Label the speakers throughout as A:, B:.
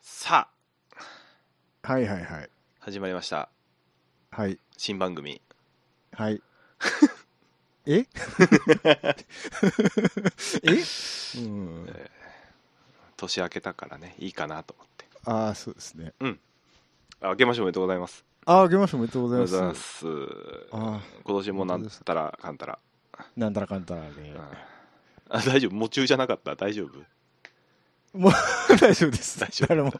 A: さあ
B: はいはいはい。
A: 始まりました
B: はい。
A: 新番組
B: はい。ええうん。
A: 年明けたからねいいかなと思って
B: ああ、そうですね。
A: あ明けましておめでとうございます
B: ああ、明けましておめでとうご
A: お
B: ざいます。
A: す
B: あ
A: 今年もなんたらかんたら、
B: あ、なんたらかんたらで、
A: うんあ大丈夫夢中じゃなかった大丈夫
B: もう 大丈夫です。
A: 大丈夫
B: 誰も、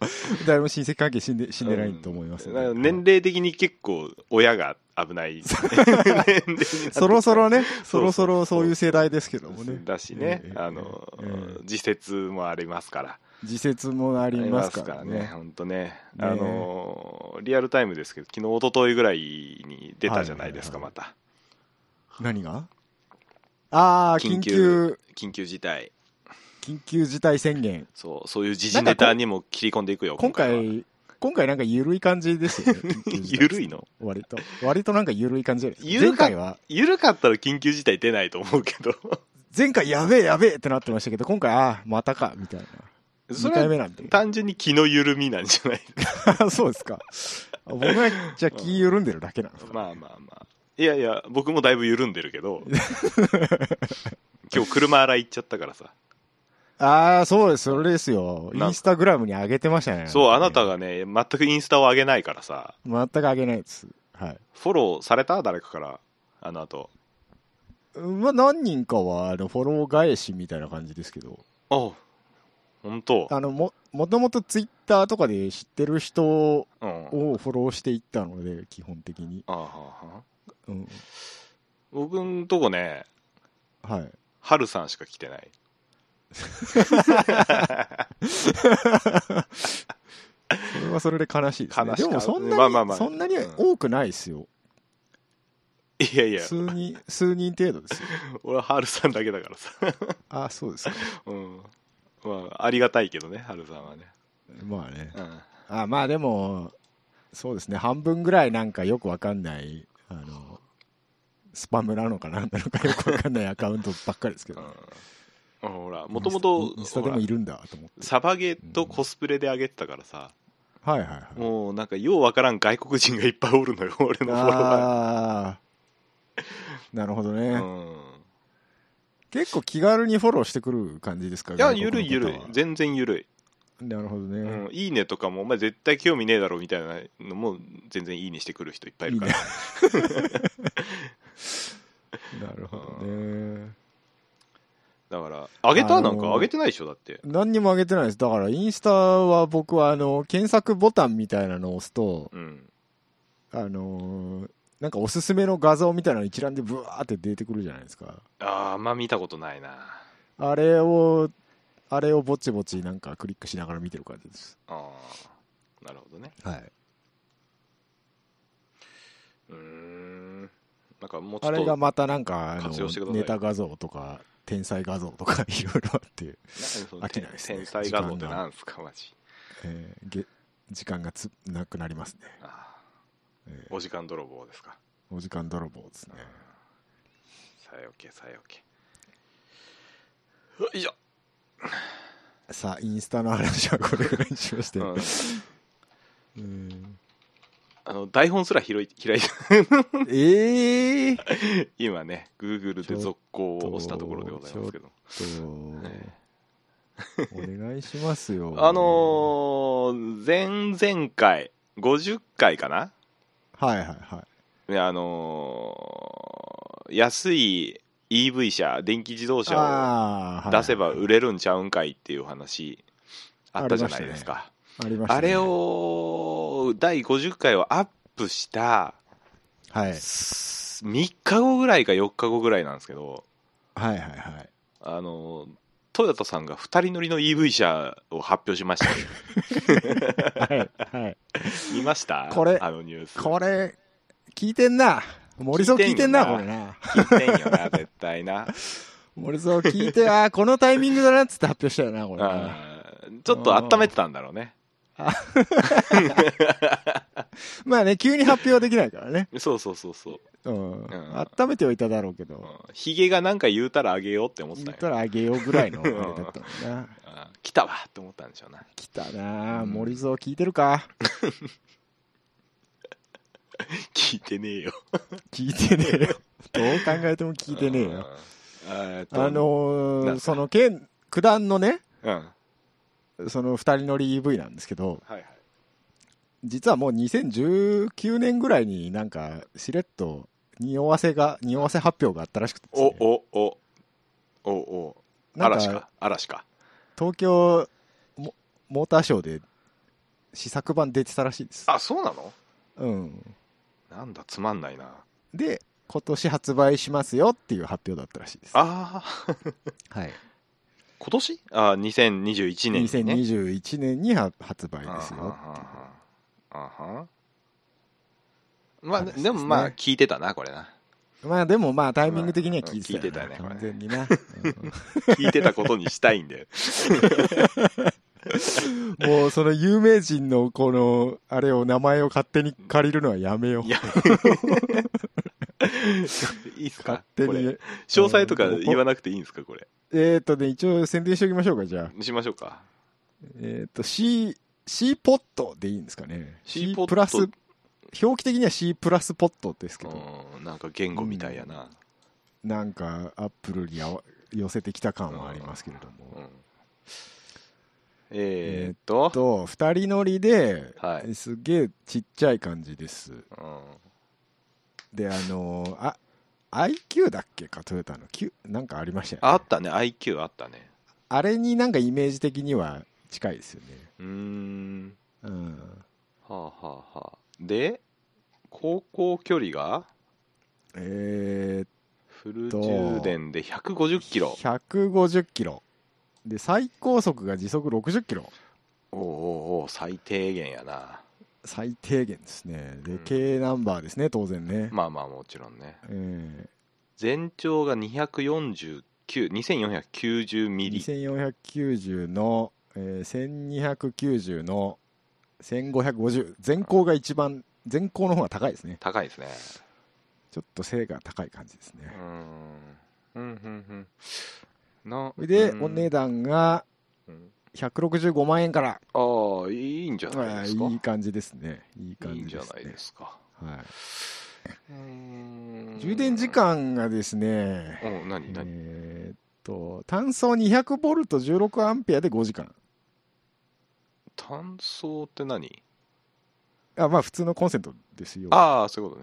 B: 誰も親戚関係死んで、死んでないと思います、
A: うんなんか年齢的に結構親が危ない年 齢になってきた
B: そろそろね、
A: そそう
B: そうろそろそういう世代ですけどもね。
A: だしね、
B: ええ
A: あの、
B: ええ
A: 自説もありますから
B: 自節もありますから
A: あります
B: ね。
A: ほんとね
B: ね
A: あのリアルタイムですけど昨日一昨日ぐらいに出たじゃないですか、
B: はいは
A: また
B: 何がああ、
A: 緊
B: 緊
A: 急
B: 急、
A: 緊急事態
B: 緊急事態宣言。
A: そうそういう時事ネタにも切り込んでいくよ
B: 今
A: は
B: 回、今回なんか緩い感じです よね。緊急事態
A: 緩いの
B: 割と。割となんか緩い感じじゃないですか。
A: 緩
B: 前
A: か
B: 回は、
A: 緩かったら緊急事態出ないと思うけ ど
B: 前回やべえやべえってなってましたけど、今回、ああ、またか、みたいな。
A: そ
B: 2
A: れ
B: 回
A: は
B: 目なんで。
A: 単純に気の緩みなんじゃない
B: そうですか。僕は、じゃあ気緩んでるだけなんですか。
A: まあまあまあいやいや僕もだいぶ緩んでるけ ど今日車洗い行っちゃったからさ
B: ああ、そうです、それですよ。
A: なんか
B: インスタグラムに上げてましたね。
A: そうあなたが
B: が。
A: ね全くインスタを上げないからさ
B: 全く上げないです。はい。
A: フォローされた誰かからあの後
B: まあ、何人かは、あの、フォロー返しみたいな感じですけど。
A: あ本当
B: あの、も、もともとツイッターとかで知ってる人
A: うんあ
B: をフォローしていったので、基本的に。
A: あはは
B: うん。
A: 僕んとこね
B: はい。
A: ハルさんしか来てない
B: それはそれで悲しいですね。
A: 悲し
B: で
A: か
B: もそんなに、
A: まあまあまあ
B: そんなに多くないですよ。
A: いやいや
B: 数人、数人程度ですよ。
A: 俺はハルさんだけだからさ
B: あ、そうですか。
A: うんまあありがたいけどねハルさんはね
B: まあね。
A: うん
B: あ、まあでも、そうですね。半分ぐらいなんかよくわかんない、あの、スパムなのかなんなのかよくわかんない アカウントばっかりですけど。
A: うん、ほらもともと
B: インスタインスタでもいるんだと思って。
A: サバゲとコスプレで上げてたからさ、
B: はいはいは い。
A: もうなんかようわからん外国人がいっぱいおるのよ 俺のフォロワ
B: あーなるほどね、
A: ーうん
B: 結構気軽にフォローしてくる感じですか
A: いや
B: 外
A: ゆる
B: 国
A: いゆ
B: の
A: るい
B: 方は
A: 全然ゆるい、
B: なるほどね、
A: うん、いいねとかもお前絶対興味ねえだろみたいなのも全然いいねしてくる人いっぱいいるから
B: いいなるほどね。
A: だから上げた
B: あのー
A: なんか上げてないでしょだって
B: 何にも上げてないです。だから、インスタは僕は、あの、検索ボタンみたいなのを押すと、
A: うん
B: あのーなんかおすすめの画像みたいなの一覧でブワーって出てくるじゃないですか。
A: あーあんま見たことないな
B: あれを、あれをぼちぼちなんかクリックしながら見てる感じです。
A: あーなるほどね
B: はい。
A: うーんなんかもうちょ
B: あ
A: っと
B: れがまたなんか、あ
A: 活用してくだ
B: の、
A: さい
B: ネタ画像とか、天才画像とか いろいろあって、
A: な
B: 飽きないですね
A: 天才画像って
B: 時間が
A: なんすかマジ
B: えーげ時間がつなくなりますね。
A: あー
B: え
A: お時間泥棒ですか
B: お時間泥棒ですね。
A: さよけさよけよいしょ、
B: さあ、インスタの話はこれぐらいにしまして。
A: うん
B: うん
A: あの台本すら開い開いて
B: ええ
A: 今ね Google で続行を押したところでございますけど
B: と、お願いします よ。
A: あのー前々回50回かな
B: はいはいは
A: ねあのー安い EV 車電気自動
B: い。
A: 車
B: あ
A: を
B: あ、はい
A: 出せば売れるんちゃうんかいっていう話あったじゃないですか
B: ありま
A: あ,、
B: したね
A: れ、を第50回をアップした
B: はい、はい
A: 3日後ぐらいか4日後ぐらいなんですけど
B: はいはい。
A: あのートヨタさんが2人乗りの EV 車を発表し ました
B: はいはい。
A: 見ました
B: これ
A: あのニュース
B: これ、聞いてんな。森蔵聞いてんな、
A: 聞い
B: こ
A: て
B: れ
A: ん聞い
B: な。
A: てんよな絶対な
B: 森蔵聞いて、ああ、このタイミングだなっつって発表したよ な、これな。
A: うんちょっと温めてたんだろうね
B: まあね、急に発表はできないからね。
A: そうそうそうそう
B: うん。
A: ん
B: 温めてはいただろうけど、
A: ヒゲがなんか言うたらあげようって思って
B: 言
A: たよ
B: ったらあげようぐらいのあれだったのかな。
A: あ来たわって思ったんでしょうな
B: 来たなあ、
A: うん
B: 森蔵聞いてるか
A: 聞いてねえよ
B: 聞いてね えよどう考えても聞いてねえよ
A: うんあーえっと
B: あの
A: なん
B: ー
A: か
B: その県九段のね
A: うんは
B: その2人乗り EV なんですけど
A: いはい
B: 実はもう2019年ぐらいになんかしれっと匂わせが匂わせ発表があったらしくてです
A: お
B: ね、
A: おおおお
B: なん
A: 嵐
B: か
A: か嵐か
B: 東京モモーターショーで試作版出てたらしいです、
A: あそうなの
B: うん、
A: なんだつまんないな
B: で今年発売しますよっていう発表だったらしいです、
A: ああ
B: はい、
A: 今年あー2021年にね
B: 2021年には発売ですよ
A: あはんはんはんあはんまあ
B: 話ですね
A: でもまあ聞いてたなこれな
B: まあでもまあタイミング的には聞いてた,、
A: うん聞いてたねこれ
B: 完全にな、
A: 聞いてたことにしたいんで
B: うんもうその有名人のこのあれを名前を勝手に借りるのはやめよう
A: い やいいっす
B: 勝
A: か
B: 手
A: こ
B: に
A: れ詳細とか言わなくていいんですかこれ
B: えっ、とね一応宣伝しておきましょうかじゃあ
A: しましょうか
B: えっ、と C C ポットでいいんですかね
A: C ポット
B: プラス表記的には C プラスポットですけど、
A: うんなんか言語みたいやな、
B: なんかアップルにあわ寄せてきた感はありますけれども、
A: うんえー、っと、
B: と二人乗りで、
A: はい
B: すげえちっちゃい感じです
A: うん
B: であのあ IQ だっけかトヨタの Q なんかありましたよ、
A: あ
B: ね、
A: ったね IQ あったね
B: あれになんかイメージ的には近いですよね
A: うーん
B: うん
A: はあはあはあで高校距離が
B: えーっ
A: フル充電で150キ
B: と
A: ロ
B: 150キロで最高速が時速60キロ
A: おうおうおう最低限やな
B: 最低限ですね
A: う
B: で
A: ん
B: K ナンバーですね当然ね、
A: まあまあもちろんね
B: え
A: 全長が249290
B: ー
A: ミリ
B: 2490の、えー1290の1550全高が一番全高の方が高いですね
A: 高いですね
B: ちょっと背が高い感じですね、
A: うーんうんうんうんな
B: それで、
A: うん
B: お値段が
A: うん
B: 165万円から、
A: ああいいんじゃない
B: あ
A: ですか
B: ーいい感じですねいい感
A: いいん
B: じ
A: じゃ
B: です
A: な
B: ね
A: いですか
B: は
A: うーん
B: い、充電時間がですね、
A: うん何何
B: えーっと単素200ボルト16アンペアで5時間
A: 単層って何
B: あまあ普通のコンセントですよ
A: ああそういうこ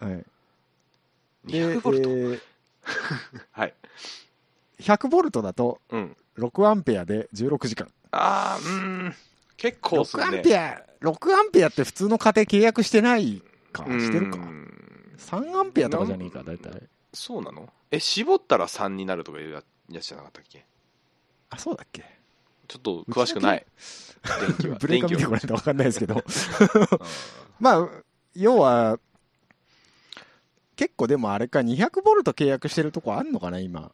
A: とね
B: はい、で
A: 200ボルト、
B: えー
A: はい
B: 100ボルトだと
A: うん
B: 6アンペアで16時間
A: ああうーん結構っす
B: 6
A: ね
B: アンペア6アンペアって普通の家庭契約してないか
A: うーん
B: してるか3アンペアとかじゃねえか大体
A: そうなのえ絞ったら3になるとかいうややつじゃなかったっけ
B: あそうだっけ
A: ちょっと詳しくない電気は
B: ブレーカー見て
A: 電気は
B: こないと分かんないですけど
A: うん
B: まあ要は結構でもあれか200ボルト契約してるとこあんのかな今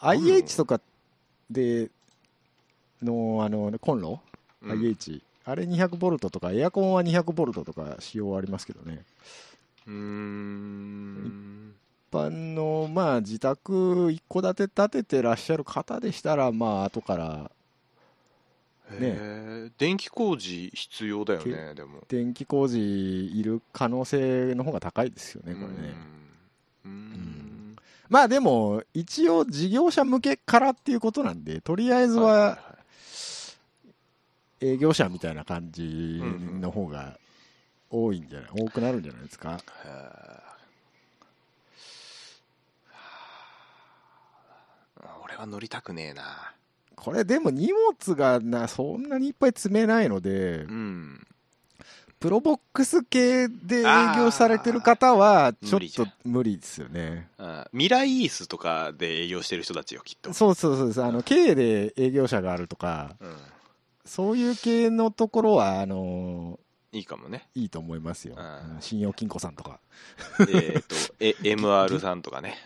B: IH とかでのあのコンロ、
A: うん
B: IH あれ200ボルトとかエアコンは200ボルトとか仕様ありますけどね
A: うーん
B: 一般のまあ自宅一戸建て建ててらっしゃる方でしたらまあ後から
A: へえ電気工事必要だよねでも
B: 電気工事いる可能性の方が高いですよねこれね、
A: うーんうーん
B: まあでも一応事業者向けからっていうことなんでとりあえず
A: はいはい
B: は
A: は
B: 営業者みたいな感じの方が多いんじゃない多くなるんじゃないですか
A: いへーあ俺は乗りたくねえな
B: これでも荷物がなそんなにいっぱい積めないので
A: うん
B: プロボックス系で営業されてる方は
A: ー
B: ちょ
A: 無
B: っ
A: 理じゃ
B: と
A: ん
B: 無理ですよね
A: あミライイースとかで営業してる人たちよきっと
B: そうそうそうですあの経営で営業者があるとか
A: うん
B: そういう系のところはあの
A: いいかもね
B: いいと思いますよ
A: あー
B: うん信用金庫さんとか
A: えーっと え MR さんとかね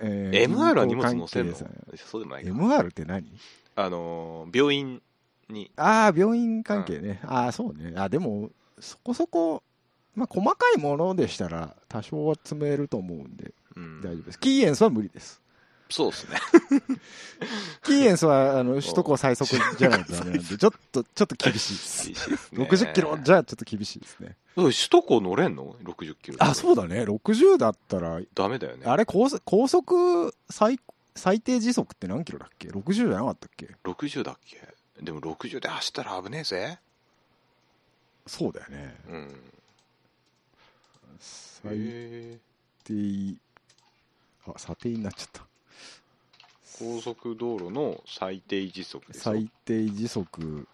B: えー
A: MR は荷物乗せるの
B: 銀行関係
A: そうでもない
B: です
A: か、
B: MR って何
A: あのー病院に
B: ああ病院関係ね、ああそうねあでもそこそこ、まあ、細かいものでしたら多少は詰めると思うんで
A: うん
B: 大丈夫ですキーエンスは無理です
A: そうですね。
B: キーエンスはあ の首都高最速じゃないとダメなんで、ちょっと、ちょっと 厳しいです。60キロじ
A: ゃ。
B: ゃちょっと厳しいですね。
A: うん首都高乗れんの ?60 キロ。
B: あ、そうだね。60だったら、
A: ダメだよね。
B: あれ高速、高速最、最低時速って何キロだっけ ?60 じゃなかったっけ
A: 60だっけでも60で走ったら危ねえぜ。
B: そうだよね。
A: うん。
B: 最
A: へえ。
B: 低、あ、査定になっちゃった。
A: 高速道路の最低時速ですよ
B: 最低時速。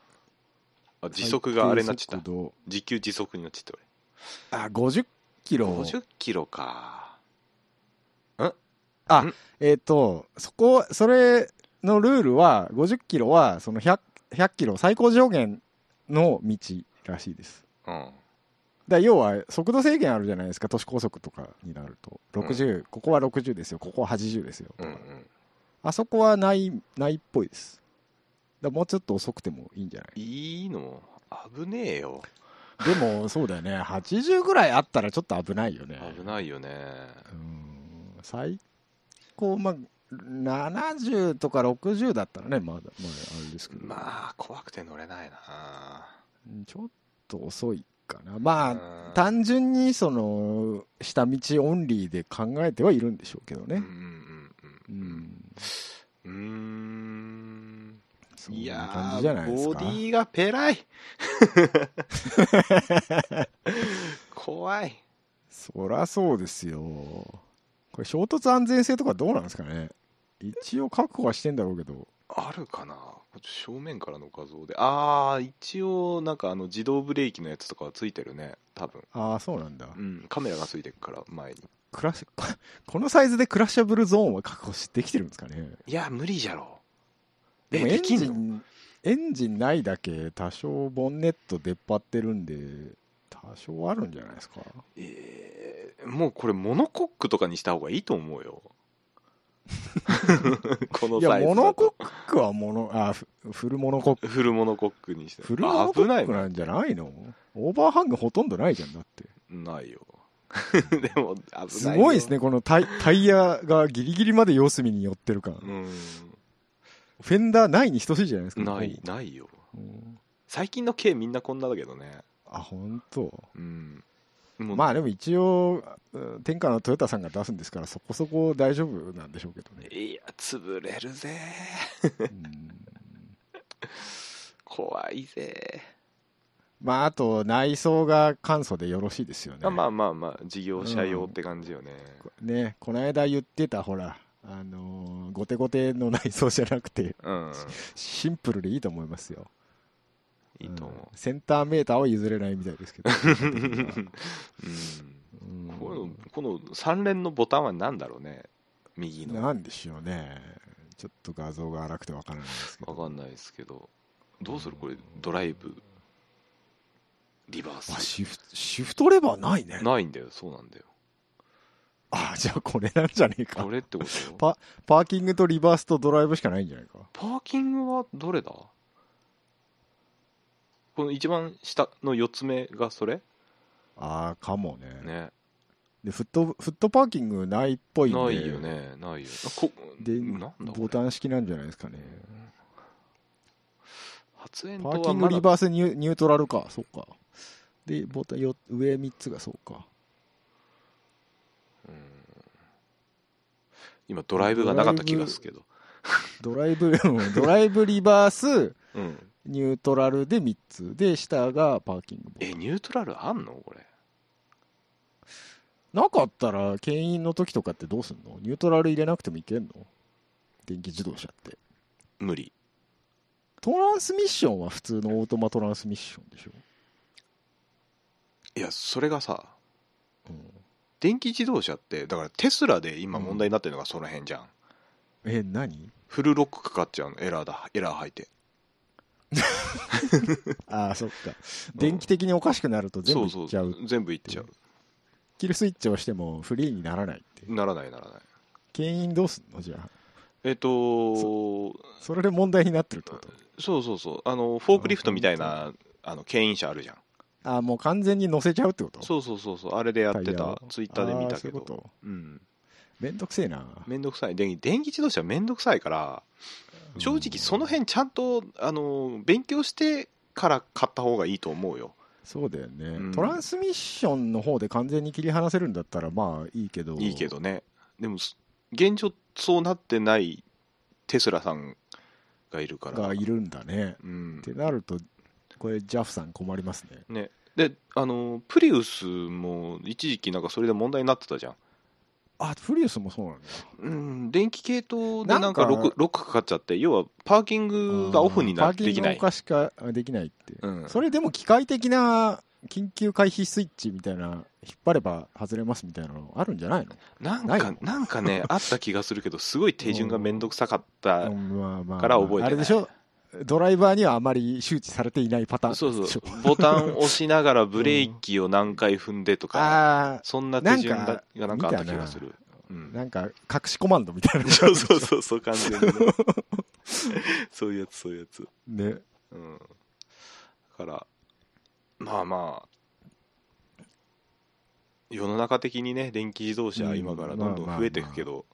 A: あ時速があれになっちゃっ
B: 最
A: た
B: 低速度
A: 時給時速になっちゃっ
B: あ、50キ
A: た
B: ロ。
A: 俺50キロか
B: えっ、と、そこ、それのルールは、50キロは、その100、100キロ最高上限の道らしいです。
A: うん
B: だから要は、速度制限あるじゃないですか、都市高速とかになると。60、ここは60ですよ、ここは80ですよ。
A: うんうん
B: あそこはない、ないっぽいです。だからもうちょっと遅くてもいいんじゃない
A: いいの危ねえよ
B: でも、そうだよね、80ぐらいあったらちょっと危ないよね。
A: 危ないよね
B: うん最高、まあ、70とか60だったらね、まだ、まだあれですけど。
A: まあ怖くて乗れないな
B: うんちょっと遅いかな。まあ、
A: あ
B: 単純にその、下道オンリーで考えてはいるんでしょうけど
A: うん
B: ね。
A: うんうんうんうーん
B: そん
A: い
B: な
A: や
B: 感じじゃな
A: ー
B: いです
A: ボ
B: か
A: デ。ィがペラい 怖い
B: そらそうですよ。これ、衝突安全性とかどうなんですかね。一応確保はしてんだろうけど。
A: あるかな正面からの画像でああ一応なんかあの自動ブレーキのやつとかはついてるね多分
B: ああ、そうなんだ。
A: うんカメラがついてるから前に
B: クラッシュ、 このサイズでクラッシャブルゾーンは確保しできてるんですかね。
A: いや無理じゃろ
B: でも
A: え
B: エンジ
A: できん
B: ン、エンジンないだけ多少ボンネット出っ張ってるんで、多少あるんじゃないですか。
A: えーもうこれモノコックとかにした方がいいと思うよ この
B: いや、
A: サイズ
B: モノコックはモノ、あ、フフルモノコック。
A: クフルモノコックにして
B: フルモノコ
A: 危な
B: ッ
A: い
B: ク
A: もん
B: なんじゃないのオーバーハングほとんどないじゃんだって。
A: ないよ でも危ないよ
B: すごいですね、このタイタイヤがギリギリまで四隅に寄ってる感。
A: うん
B: フェンダーないに等しいじゃないですか。
A: ないないよ
B: うん。
A: 最近の軽みんなこんなだけどね
B: あ、本当。
A: うんもう
B: まあでも一応、うん天下のトヨタさんが出すんですから、そこそこ大丈夫なんでしょうけど ね。
A: いや、潰れるぜ。
B: うん
A: 怖いぜ。
B: まあ、あと内装が簡素でよろしいですよね。
A: あまあまあまあ、事業者用って感じよね。
B: ね、この間言ってた、ほら、あのー、ゴテゴテの内装じゃなくて、
A: うん。
B: シンプルでいいと思いますよ。
A: いいと思
B: うんセンターメーターは譲れないみたいですけ ど。
A: う。う。
B: うん
A: この、この3連のボタンは何だろうね。右
B: ん
A: の。
B: なんでしょうね。ちょっと画像が荒くてわからないですけど。
A: わかんないですけど。どうするこれ、ドライブ、リバー
B: あ
A: ス。
B: シフト、シフトレバーないね。
A: ないんだよ、そうなんだよ。
B: あ、じゃあこれなんじゃねえか
A: こ。れってこと
B: パパーキングとリバースとドライブしかないんじゃないか。
A: パーキングはどれだこの一番下の4つ目がそれ
B: ああ、かもね。
A: ね。
B: で、フット、フットパーキングないっぽいんで。
A: ないよねないよこ
B: で
A: なんだこれ
B: ボタン式なんじゃないですかね。
A: 発煙
B: パ
A: 筒
B: ーキ
A: は
B: ング
A: ま
B: リ
A: だ
B: バースニュニュートラルか、そうか。で、ボタンよ、上3つがそうか。
A: うん今ドライブがなかった気がするけど
B: ドライブ、 うんドライブリバース、
A: うん
B: ニュートラルで3つ。で、下がパーキングボタン
A: えニュートラルあんのこれ
B: なかったら、牽引の時とかってどうすんのニュートラル入れなくてもいけんの電気自動車って。
A: 無理
B: トランスミッションは普通のオートマトランスミッションでしょ。
A: いやそれがさ
B: うん
A: 電気自動車ってだからテスラで今問題になってるのがその辺じゃん、
B: え、何
A: フルロックかかっちゃうのエラーだエラー入って
B: ああ、そっか。電気的におかしくなると全部いっちゃう。
A: 全部いっちゃう
B: キルスイッチをしてもフリーにならないって。
A: ならないならない
B: 牽引どうすんのじゃあ。
A: えっと
B: それで問題になってるってこと
A: そうそうそうあのフォークリフトみたいなあの牽引車あるじゃん
B: ああ、もう完全に乗せちゃうってこと
A: そうそうそうそうあれでやって
B: タイヤ
A: た
B: を
A: ツイッターで見たけ
B: あーそういうこ
A: ど
B: と
A: うん
B: めんどくせえな。
A: めんどくさいで電気自動車はめんどくさいから正直その
B: 辺
A: 辺ちゃんとあの勉強してから買った方がいいと思うよ
B: そうだよね、
A: うん
B: トランスミッションの方で完全に切り離せるんだったらまあいいけど
A: いいけどねでもす現状そうなってないテスラさんがいるから
B: がいるんだね
A: うん
B: っ、てなるとこれ JAF さん困りますね
A: であのプリウスも一時期なんかそれで問題になってたじゃん、
B: あフリウスもそうなんだ
A: うん、電気系統でなんか
B: なんか
A: ロックロックかかっちゃって要はパーキングがオフにな
B: あーパーキング
A: できない
B: お、かしかできないって、
A: うん、
B: それでも機械的な緊急回避スイッチみたいな引っ張れば外れますみたいなのあるんじゃないの
A: なん
B: ない
A: か
B: の
A: なんか ねあった気がするけどすごい手順が面倒くさかった
B: うんまあまあ
A: から覚えてない
B: あれでしょドライバーにはあまり周知されていないパターン
A: そう
B: でし
A: そ
B: ょ
A: うボタンを押しながらブレーキを何回踏んでとか、
B: あ
A: そんな手順
B: なん
A: が
B: か
A: がなんかあった気がする、う
B: あ
A: ん、
B: なんか隠しコマンドみたいな
A: そうそうそうそう完全 にねそういうやつそういうやつ
B: ね
A: うんだからまあまあ世の中的にね電気自動車
B: うん
A: 今からどんどん
B: まあまあ
A: 増えていくけど、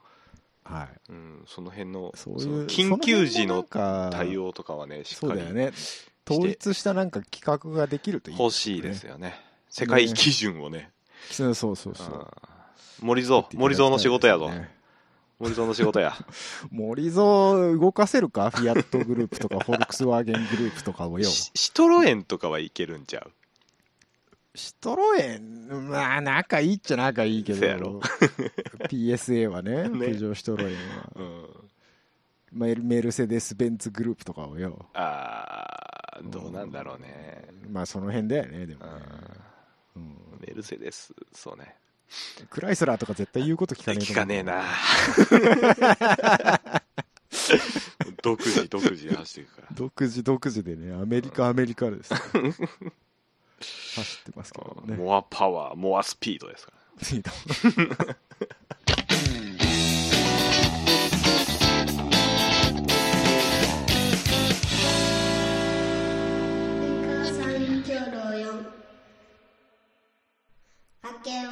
B: はい
A: うん、その辺の
B: そう
A: そ
B: い
A: の
B: う
A: 緊急時の
B: そ辺もなんか
A: 対応とかはねしっ
B: そう
A: か
B: だよ
A: り
B: ね統一したなんか企画ができるといい
A: 欲しいですよね世界基準をね
B: そうそうそうそう
A: うん森蔵森蔵の仕事やぞ、
B: ね
A: 森蔵の仕事や
B: 森蔵動かせるかフィアットグループ とかフォルクスワーゲングループとかをよ
A: シシトロエンとかはいけるんちゃう
B: シトロエンまあ仲いいっちゃ仲いいけ
A: せやろ
B: ど PSA はね
A: ね
B: プジョーシトロエンは
A: うん
B: メルメルセデス・ベンツグループとかをよ
A: あーどうなんだろうね
B: まあその辺だよねでも
A: う
B: ね、
A: ん
B: うん
A: メルセデスそうね
B: クライスラーとか絶対言うこと聞かねえと
A: 聞
B: 思
A: か
B: う
A: ねえな 独自独自で走っていくから
B: 独自独自でねアメリカアメリ カですから走ってますけど
A: うん
B: ね
A: モアパワーモアスピードですから
B: いいと思
C: 304明け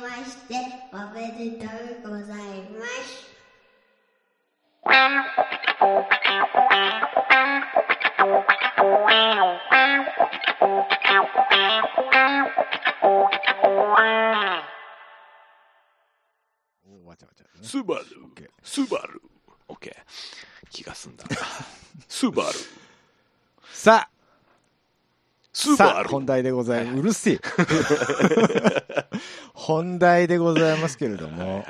C: ましておめでとうございます
B: うわちゃわちゃね
A: スバル
B: ケー
A: スバルオッケー気が 済んだスバル
B: さあ
A: ス
B: さ
A: バ
B: あ
A: ル
B: 本題でござ いますうるせえ本題でございますけれど
A: はいは
B: も、
A: い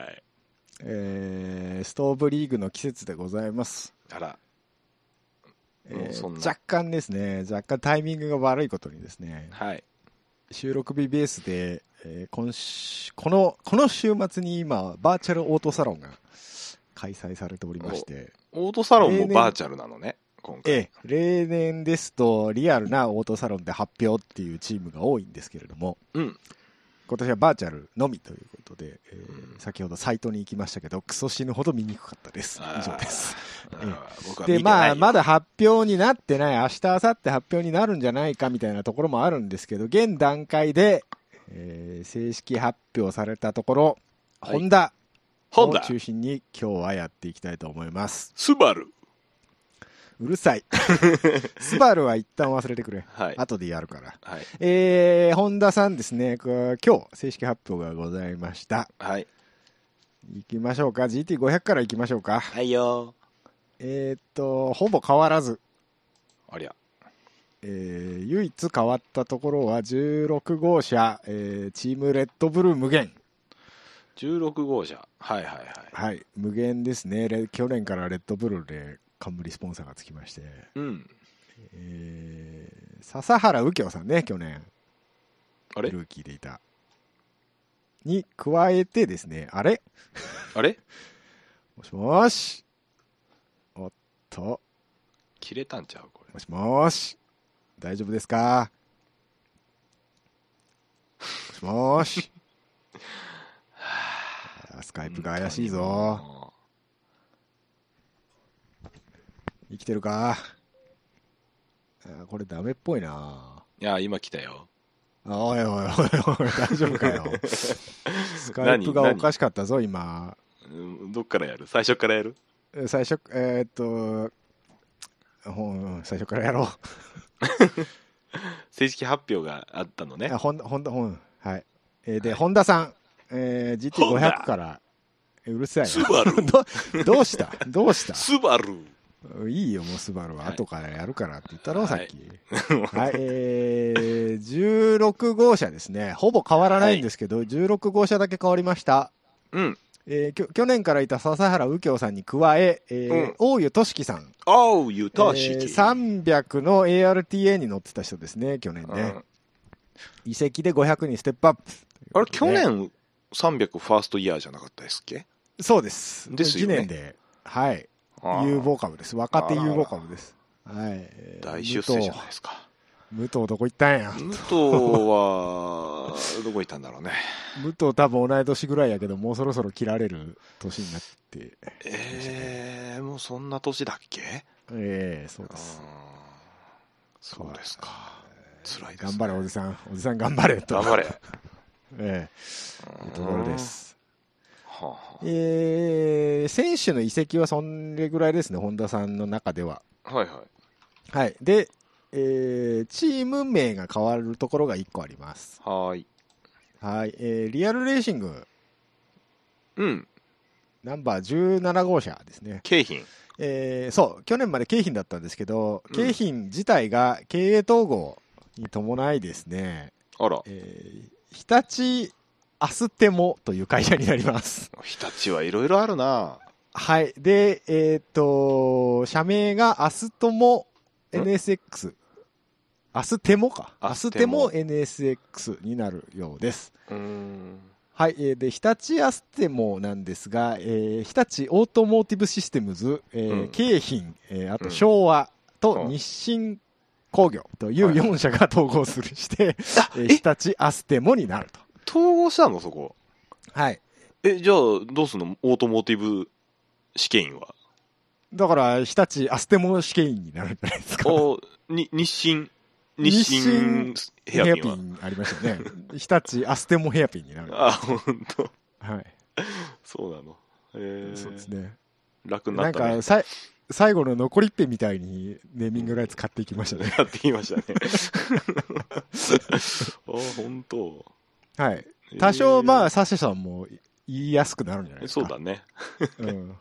B: えーストーブリーグの季節でございます、
A: あら
B: え
A: もう
B: ー
A: そんな
B: 若干ですね若干タイミングが悪いことにですね
A: はい
B: 収録日ベースで、えー今週このこの週末に今バーチャルオートサロンが開催されておりまして
A: オートサロンもバーチャルなのね、今回。
B: ええ例年ですとリアルなオートサロンで発表っていうチームが多いんですけれども
A: うん。
B: 今年はバーチャルのみということで、えー
A: うん
B: 先ほどサイトに行きましたけどクソ死ぬほど見にくかったです
A: あー
B: 以上ですえ
A: あー僕は見
B: で
A: てない
B: ま
A: よ
B: あまだ発表になってない明日明後日発表になるんじゃないかみたいなところもあるんですけど現段階で、えー正式発表されたところ、
A: はい
B: ホンダ
A: ホン
B: を
A: ダ、
B: 中心に今日はやっていきたいと思います
A: スバル。
B: う るさいスバルは一旦忘れてくれ
A: はい。
B: 後でやるから
A: はい。
B: えー、本田さんですね、こう今日正式発表がございました。
A: はい。
B: 行きましょうか、GT500 から行きましょうか。
A: はいよ
B: えーっと、ほぼ変わらず、
A: ありゃ。
B: えー唯一変わったところは16号車、えーチームレッドブル無限。
A: 16号車。はいはいはい。
B: はい、無限ですね。レ去年からレッドブルで冠スポンサーがつきまして、
A: うん。
B: えー笹原右京さんね、去年、
A: あれ
B: ルーキーでいた。に加えてですね、あれ
A: あれ
B: もしもし。おっと、
A: 切れたんちゃうこれ
B: も。しもし。大丈夫ですかもしもし。あスカイプが怪しいぞ。
A: も
B: 生きてるかあこれダメっぽいな。
A: う。いや、今来たよ。
B: あおいおいおいおい、大丈夫かよ。スカイプがおかしかったぞ、今。
A: うんどっからやる最初からやる
B: え最初えーっとほん最初からやろう
A: 正式発表があったのね
B: あ、。本田、本田、本、はい。えーで、
A: はい
B: 本田さん、えー、
A: ホンダ
B: GT500 から、えーうるさい
A: スバル
B: な。どどうしたどうした
A: スバル
B: いいよ、もうスバルは。
A: はい
B: 後からやるからって言った
A: は
B: ろ、
A: い
B: さっき。はい、えー、16号車ですね。ほぼ変わらないんですけど、16号車だけ変わりました。
A: うん。
B: えーきょ去年からいた笹原右京さんに加え、えー
A: うん
B: 大湯俊樹さん、
A: おう、ユ
B: えー
A: タシティ。
B: 300の ARTA に乗ってた人ですね、去年
A: う
B: ね。
A: ん
B: 移籍で500にステップアップ。
A: あれ、去年300ファーストイヤーじゃなかったですっけ
B: そうです。
A: ですよね
B: 1年で、はい、
A: あー
B: 有望株です。若手有望株です。はい。
A: 大出世じゃないですか。
B: 武藤、武藤どこ行ったんや。
A: 武藤は、どこ行ったんだ ろうね。
B: 武藤多分同い年ぐらいやけど、もうそろそろ切られる年になって、
A: えー、もうそんな年だっけ
B: ええそう
A: う
B: で
A: ん
B: す。
A: そうですか。辛いです、
B: 頑張れ、おじさん。おじさん頑張れと。
A: 頑張れ。
B: ええ いうところです。
A: うん。はあは
B: ええ選手の移籍はそんれぐらいですね、本田さんの中では。
A: あはいはい。
B: はい。で、ええチーム名が変わるところが1個あります。
A: はーい。
B: はい。ええリアルレーシング。
A: うん、
B: ナンバー17号車ですね。
A: 景品。
B: えーそう、去年まで京浜だったんですけど、
A: うん
B: 京浜自体が経営統合に伴いですね、
A: あら、
B: えー日立アステモという会社になります。
A: 日立はいろいろあるな。
B: はい。で、えーっと、社名がアストモ
A: ん
B: NSX。アステモか。ア
A: ア
B: ス
A: ス
B: テ
A: テ
B: モ
A: モ
B: NSX になるようです。
A: うーん。
B: はい、えーで日立アステモなんですが、えー日立オートモーティブシステムズ、えー
A: うん
B: 京浜、えーあ
A: う
B: と
A: ん
B: 昭和と
A: うん
B: 日清工業という
A: はい
B: 4社が統合するして、
A: あ
B: えー
A: え
B: 日立アステモになると。
A: 統合したのそこ。
B: はい、
A: え、じゃあ、どうすんのオートモーティブ試験員は。
B: だから日立アステモ試験員になるんじゃないですか。
A: おに日清、日清ヘ
B: ヘ
A: ア
B: ア
A: ピン
B: ピ
A: は。
B: ンありましたね。日立アステモヘアピンになる。
A: あ、本当。
B: はい、
A: そうなの。えー、
B: そうですね。
A: 楽に
B: な
A: なんったね
B: か。さい最後の残りっぺみたいにネーミングのやつ買っていきましたね。
A: やってきましたね。 あ、本当。
B: はい。多少、ま
A: え
B: あ、サシャさんも言いやすくなるんじゃな
A: ー
B: いです
A: そ
B: か。
A: うだね。
B: うん。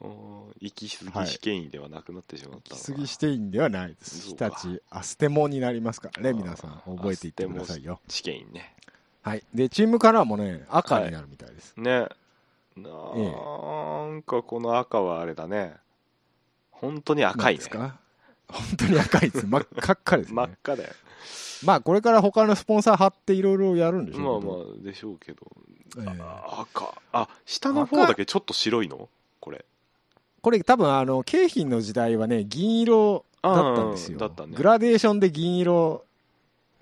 A: うん行き過
B: はい
A: ぎ試験員ではなくなってしまった
B: 行
A: の
B: き
A: か
B: 過ぎしていいんではないです。
A: そう
B: 日
A: か
B: 立、アステモになりますからね、
A: あー
B: 皆さん、覚えていってくださいよ。
A: 試験員ね。
B: はい。で、チームカラーもね、赤になるみたいです。
A: ねなんかこの赤はあれだね本当に赤い
B: なんで
A: ね
B: すか本当に赤いです。真っ赤っかです
A: 真っ
B: ね。
A: 赤だよ
B: まあ、これから他のスポンサー貼っていろいろやるんでし
A: まあ
B: ょうけ
A: ま
B: ど。
A: あでしょうけど
B: ええ
A: あ赤あ下の方だけちょっと白いのこれ
B: これ多分、あの、京浜の時代はね、銀色だったんですよ。
A: あーだったね
B: グラデーションで銀色、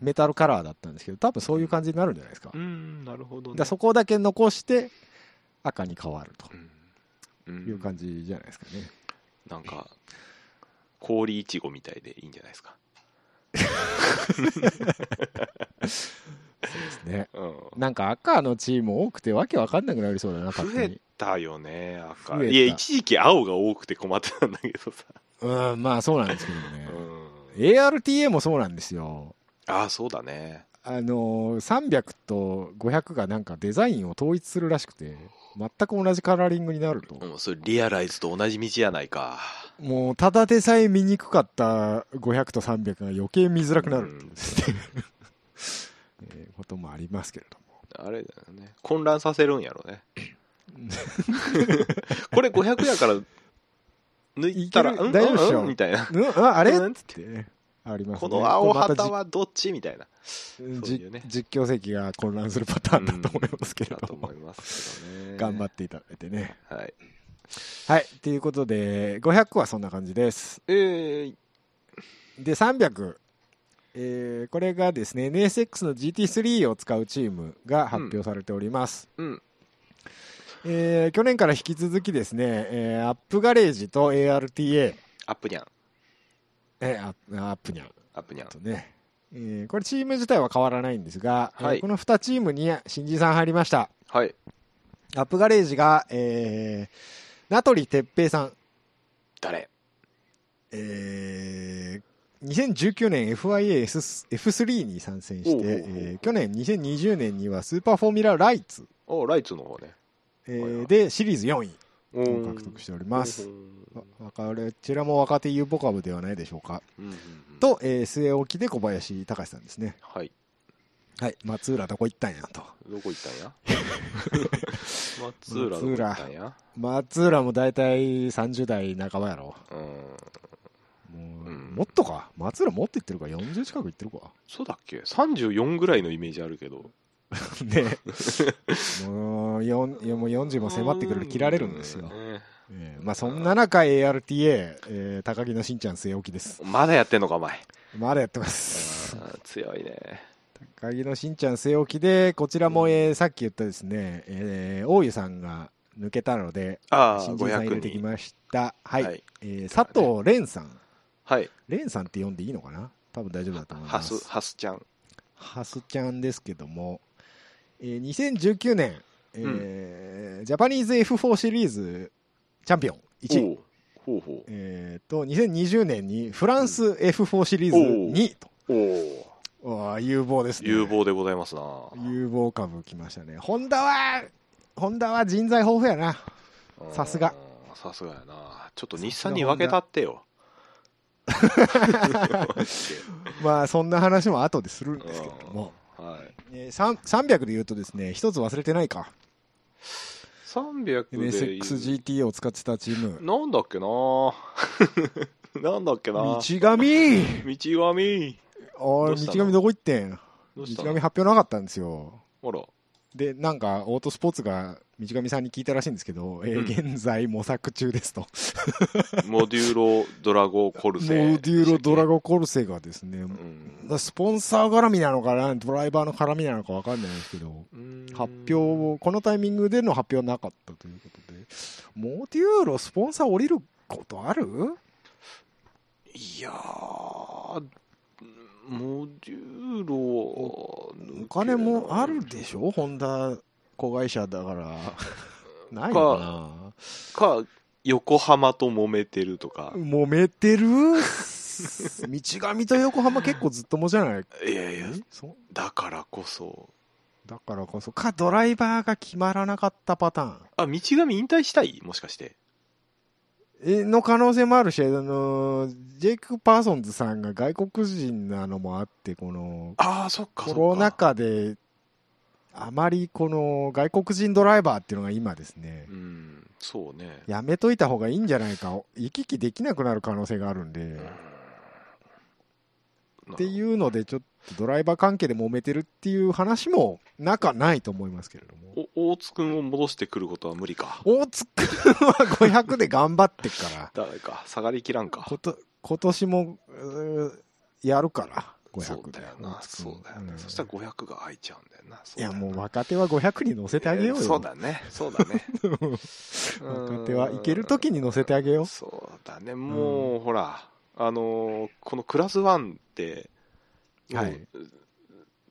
B: メタルカラーだったんですけど、多分そういう感じになるんじゃないですか
A: う。んなるほど
B: だから
A: ね
B: そこだけ残して赤に変わると
A: うん
B: いう感じじゃないですかね。
A: なんか氷いちごみたいでいいんじゃないですか
B: ね
A: うん
B: なんか赤のチーム多くてわけわかんなくなりそうだな、勝
A: 増
B: 手
A: え
B: に。
A: たよね
B: 増
A: 赤
B: えた
A: いや一時期青が多くて困ってたんだけどさ
B: うん、まあそうなんですけど
A: う
B: ね。
A: ん
B: ARTA もそうなんですよ。
A: あそうだね
B: あのー、300と500がなんかデザインを統一するらしくて、全く同じカラーリングになると。
A: うんそれリアライズと同じ道やないか
B: もうただでさえ見にくかった500と300が余計見づらくなるっていう
A: うん
B: えーこともありますけれども。
A: あれだよね混乱させるんやろ ねこれ500やから抜いたら
B: いける
A: うん
B: 大丈夫っしょ
A: うんうんみたいな
B: うんああれ
A: うん
B: つってねありますね
A: この青
B: これまた
A: 旗
B: じ
A: はどっちみたいなそういうね
B: じ実況席が混乱するパターンだと思いますけれ
A: だ
B: ど
A: と
B: も
A: 思いますけどね
B: 頑張っていただいてね
A: はい
B: はいということで500はそんな感じです
A: えー、
B: で300えーこれがですね NSX の GT3 を使うチームが発表されております、
A: うん
B: えー去年から引き続きですね、えーアップガレージと ARTA、
A: アップニャン
B: えーアップアップニャン
A: アップニャン
B: とね、えーこれチーム自体は変わらないんですが、えー
A: はい
B: この2チームに新人さん入りました、
A: はい
B: アップガレージが、えー、名取哲平さん、
A: 誰
B: えー、2019年 FIAF3 に参戦して、
A: おうおうおう
B: えー去年2020年にはスーパーフォーミュラライツ、
A: おライツの方ね
B: えー
A: はいはい
B: でシリーズ4位
A: う
B: を獲得しております。わわかるこちらも若手有望株ではないでしょうか。
A: と
B: と、えー据え置きで小林隆史さんですね。
A: はい
B: はい、松浦どこ行ったんやと。
A: どこ行ったん や松浦どこ行ったんや
B: 松浦も大体30代半ばやろ。
A: うん
B: もう
A: うん
B: もっとか。松浦もっといってるか。40近くいってるか。
A: そうだっけ34ぐらいのイメージあるけど
B: ねもうよんいやもう40も迫ってくる切られるんですよ、
A: ね
B: ええまあ、そんな中 ARTA、えー高木のしんちゃん据え置きです
A: まだやってんのかお前
B: まだやってます
A: あー強いね
B: 高木のしんちゃん据え置きでこちらも、えーさっき言ったですね、えー大湯さんが抜けたので
A: ああ
B: 新人さん入れ
A: 500
B: てき
A: 人
B: ましたはい、
A: はい
B: えー佐藤蓮さん
A: はい
B: 蓮さんって呼んでいいのかな多分大丈夫だと思い
A: ハ
B: ます
A: スハスちゃん
B: ハスちゃんですけども、えー2019年、えージャパニーズ F4 シリーズチャンピオン1位、
A: おうほうほ
B: えーと2020年にフランス F4 シリーズ2位と、
A: うおお
B: わあ有望ですね
A: 有望でございますな
B: 有望株きましたねホンダはホンダは人材豊富やな
A: うん
B: さすが
A: さすがやなちょっと日産に分けたってよ
B: まあそんな話も後でするんですけれども、
A: うんはい
B: えー、さん300で言うとですね一つ忘れてないか
A: 300で言う
B: NSXGT を使ってたチーム
A: なんだ っけななんだっけな
B: 道
A: 道
B: 上
A: 神
B: おい
A: どうし
B: 道
A: たの
B: 上どこ行ってん
A: どう
B: 道
A: した
B: 上
A: の
B: 発表なかったんですよ
A: ほら
B: でなんかオートスポーツが道上さんに聞いたらしいんですけど、えー
A: うん
B: 現在模索中ですと
A: モデューロドラゴコル
B: モ
A: セ
B: デューロドラゴコルセがですね、
A: うん
B: スポンサー絡みなのかなドライバーの絡みなのか分かんないんですけど
A: うん
B: 発表をこのタイミングでの発表はなかったということでモデューロスポンサー降りることある
A: いやーモデューロお
B: お金もあるでしょホンダ子会社だからないのか
A: か
B: な
A: 横浜と揉めてるとか
B: 揉めてる 道上と横浜結構ずっともじゃない
A: いやいや
B: そう
A: だからこそ
B: だからこそかドライバーが決まらなかったパターン
A: あ道上引退したいもしかして
B: えの可能性もあるし、あのジェイク・パーソンズさんが外国人なのもあってこの
A: ああそっかそっ
B: コ
A: か
B: ロナ禍であまりこの外国人ドライバーっていうのが今ですね
A: うんそうね
B: やめといた方がいいんじゃないか行き来できなくなる可能性があるんで、って
A: う
B: いうのでちょっとドライバー関係で揉めてるっていう話もなかないと思いますけれども
A: んお大津君を戻してくることは無理か
B: 大津君は500で頑張って っから
A: 誰か下がりきらんか
B: こと今年もうーやるから
A: そ
B: 500
A: う
B: で
A: だよな
B: 大津君
A: そうだよね、
B: ん
A: そしたら500が空いちゃうんだよない
B: やもう若手は500に乗せ
A: 出
B: てあげようよ、
A: そうだねそうだねうん
B: 若手は行ける時に乗せてあげ よう
A: そうだねもう、ほらあのーこのクラス1ってもう
B: はい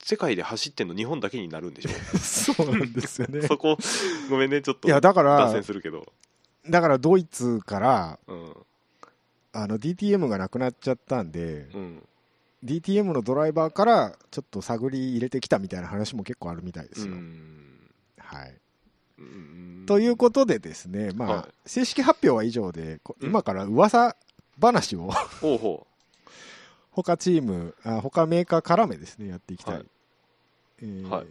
A: 世界で走ってんの日本だけになるんでし
B: そうなんですよね
A: ょそこごめんねちょっと
B: いやだか
A: 脱
B: ら
A: 線するけど、
B: だからドイツから
A: うん
B: あの DTM がなくなっちゃったんで、
A: うん、
B: DTM のドライバーからちょっと探り入れてきたみたいな話も結構あるみたいですよ。
A: うん
B: はい、
A: うん
B: ということでですね、まあ
A: はい
B: 正式発表は以上で、こ
A: うん
B: 今から噂話を
A: ほうほ
B: 他チームあ、他メーカー絡めですね、やっていきたい。
A: はい
B: えー
A: はいい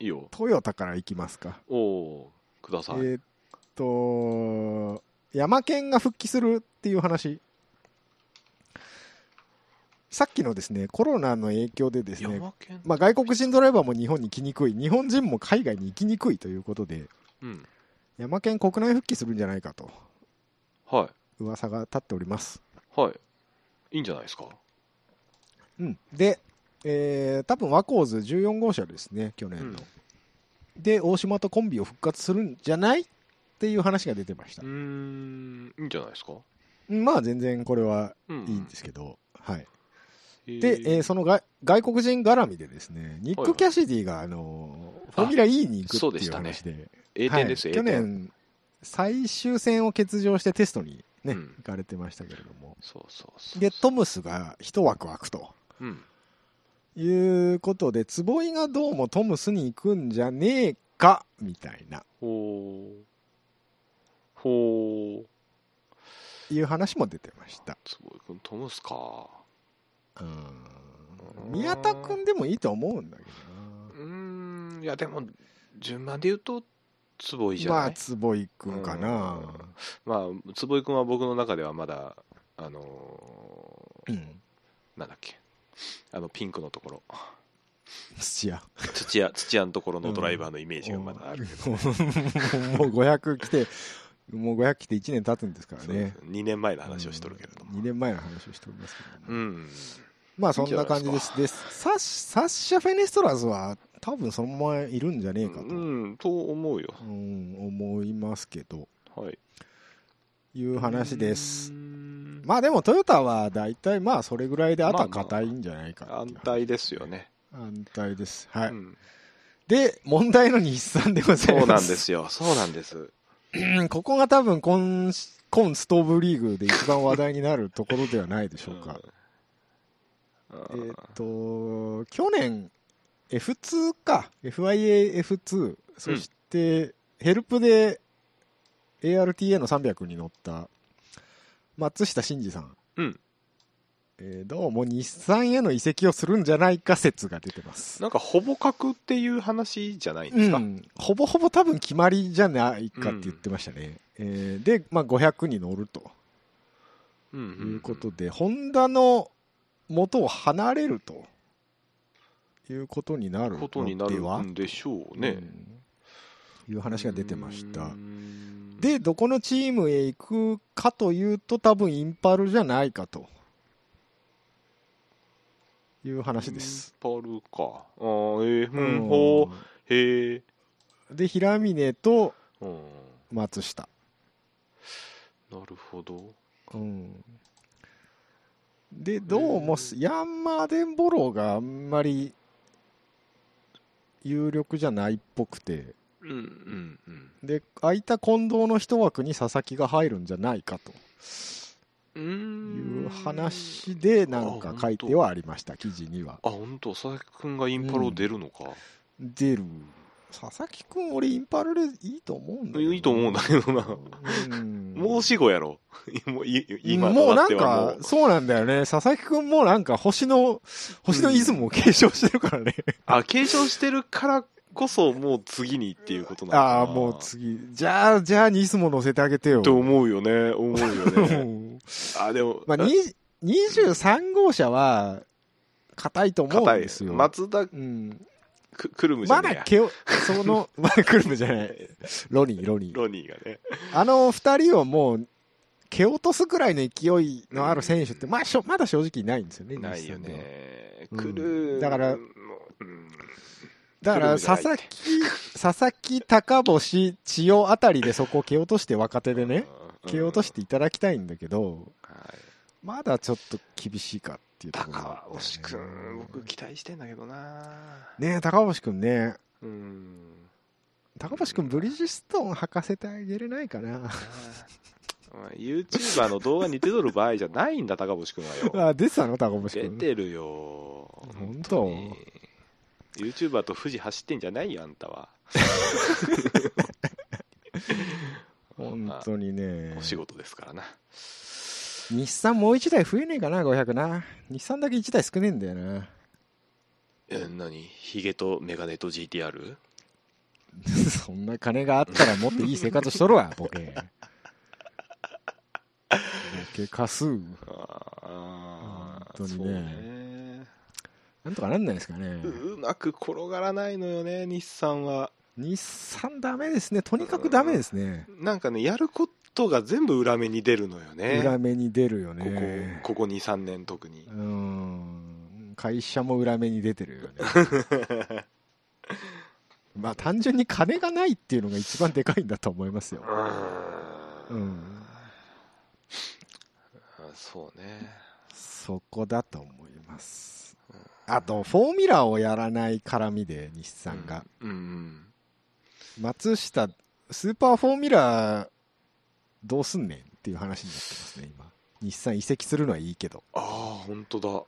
A: いいよ
B: トヨタからいきますか。
A: おおーください、
B: えーっと、山県が復帰するっていう話。さっきのですね、コロナの影響でですね、
A: 山県、
B: まあ、外国人ドライバーも日本に来にくい日本人も海外に行きにくいということで
A: うん
B: 山県国内復帰するんじゃないかと
A: は
B: 噂が立っております、
A: いはいいいんじゃないですか
B: うん、で、えー多分ワコーズ14号車ですね去年の、で大島とコンビを復活するんじゃないっていう話が出てました
A: う、んいいんじゃないですか
B: うんまあ全然これは
A: うん
B: いいんですけど、はい、
A: えー
B: で、えーそのが外国人絡みでですねニッ
A: はいは
B: ク・
A: い
B: キャシディが、あのーフォーミュラ E に行
A: そ
B: く
A: うで
B: ってい
A: し
B: う
A: たね
B: 話で
A: A 点ですよ、
B: はい去
A: A 点
B: 年最終戦を欠場してテストにね、
A: うん
B: 行かれてましたけれども
A: そうそうそう
B: でトムスが一枠空くと
A: うん
B: いうことで坪井がどうもトムスに行くんじゃねえかみたいな
A: ほうほう
B: いう話も出てました
A: すごい君トムスか
B: うん宮田君でもいいと思うんだけ
A: うーんいやでも順番で言うと坪井じ
B: ど
A: ゃな
B: なまあ
A: い、
B: 坪井君かな
A: まあ、坪井君は僕の中ではまだあの
B: うん
A: ーなんだっけあのピンクのと ころ
B: 土屋
A: 土屋土屋のところのドライバーのイメージがまだあ るけど、
B: もう500来てもう500来て1年経つんですからね
A: 2年前の話をしとるけれども
B: 2年前の話をしておりますけども、
A: うん
B: まあそんな感じですでサッサッシャ・フェネストラーズは多分そのままいるんじゃねえかと、う
A: うんんと思うよ、
B: 思いますけど
A: はい
B: いう話です
A: うん
B: まあでもトヨタは大体まあそれぐらいであとは硬いんじゃないかっていう
A: 安泰ですよね、
B: 安泰ですはい、
A: うん
B: で問題の日産でございます
A: そうなんですよ そうなんです
B: うん ここが多分今今ストーブリーグで一番話題になるところではないでしょうか、
A: うんあ
B: え
A: ー
B: ーっと去年 F2 か FIAF2 そしてヘルプで ARTA の300に乗った松下慎二さん、
A: うん
B: えーどうも日産への移籍をするんじゃないか説が出てます、
A: なんかほぼ確っていう話じゃないんで
B: う
A: すか、
B: ん、ほぼほぼ多分決まりじゃないかって言ってましたね、えーで、まあ、500に乗ると
A: うんうん
B: いうことで、ホンダの元を離れるということになる
A: ことに
B: の
A: なる
B: では
A: んでしょうね、
B: うんいう話が出てました、
A: うーん
B: でどこのチームへ行くかというと多分インパルじゃないかという話です、
A: パルかあーえー、うん
B: うん
A: ほうへえ
B: で平峰と
A: うん
B: 松下、
A: なるほど
B: うんでどうもすヤンマーデンボローがあんまり有力じゃないっぽくて
A: うんうんうん
B: で空いた近藤の一枠に佐々木が入るんじゃないか
A: う
B: とい
A: ー
B: うん話でなんか書いてはありました記事には
A: あ本当佐々木君がインパルを出るのか、
B: 出る佐々木君俺インパルでいいと思うんだけど
A: いいと思うんだけどな
B: うん
A: もう死後やろ もうい今
B: も
A: と
B: う
A: な
B: な
A: って
B: ん
A: はもう
B: かそうなんだよね佐々木君もなんか星の星のイズムを継承してるからね、
A: あ継承してるからこそもう次にっていうことなのかな
B: ああもう次じゃあじゃあニスも乗せてあげてよ
A: と思うよね思うよ ね
B: うん
A: あでも、
B: まあ、に23号車は硬いと思うん
A: 硬い
B: ですよ
A: 松田
B: うん
A: くクルムじゃ
B: ま
A: ねえ
B: だ
A: や
B: けを、その、 まだクルムじゃない。ロニー、ロニー。
A: ロニーがね
B: あの二人をもう、蹴落とすぐらいの勢いのある選手って、まあ、しょまだ正直いないんですよね、
A: ないよ
B: 日産では。
A: ね
B: うん
A: クルー
B: だから
A: うん
B: だから、
A: クルムじゃない
B: 佐々木、佐々木、高星、千代あたりでそこを蹴落として若手でね、
A: うん
B: 蹴落としていただきたいんだけど、
A: はい
B: まだちょっと厳しいかっていうと
A: だ
B: ころだったよね
A: から星君僕期待してんだけどな
B: ねえ高星くんね。
A: うん
B: 高星くん、ブリヂストン履かせてあげれないかな。
A: お前 YouTuber の動画に出とる場合じゃないんだ高星君はよ
B: あ、出てたの高星く
A: 出
B: ん。
A: てるよ
B: 本当
A: に YouTuber と富士走ってんじゃないよあんたは
B: 本当にね。
A: お仕事ですからな
B: 日産もう1台増えねえかな500な日産だけ1台少ねえんだよな
A: え何ヒゲとメガネと GTR?
B: そんな金があったらもっといい生活しと るわボケボケかす
A: ああ
B: 本当にね
A: そうね
B: なんとかなんないですかね
A: ううまく転がらないのよね日産は
B: 日産ダメですねとにかくダメですね
A: なんかねやることが全部裏目に出るのよね
B: 裏目に出るよ
A: こ
B: ね
A: こここ23年特に
B: うーん会社も裏目に出てるよね まあ単純に金がないっていうのが一番でかいんだと思いますよ
A: う、ー
B: うんん、
A: あそうね
B: そこだと思います。あと、フォーミュラーをやらない絡みで、日産が。
A: うんうん
B: 松下、スーパーフォーミュラー、どうすんねんっていう話になってますね、今。日産移籍するのはいいけど。
A: ああ本当だ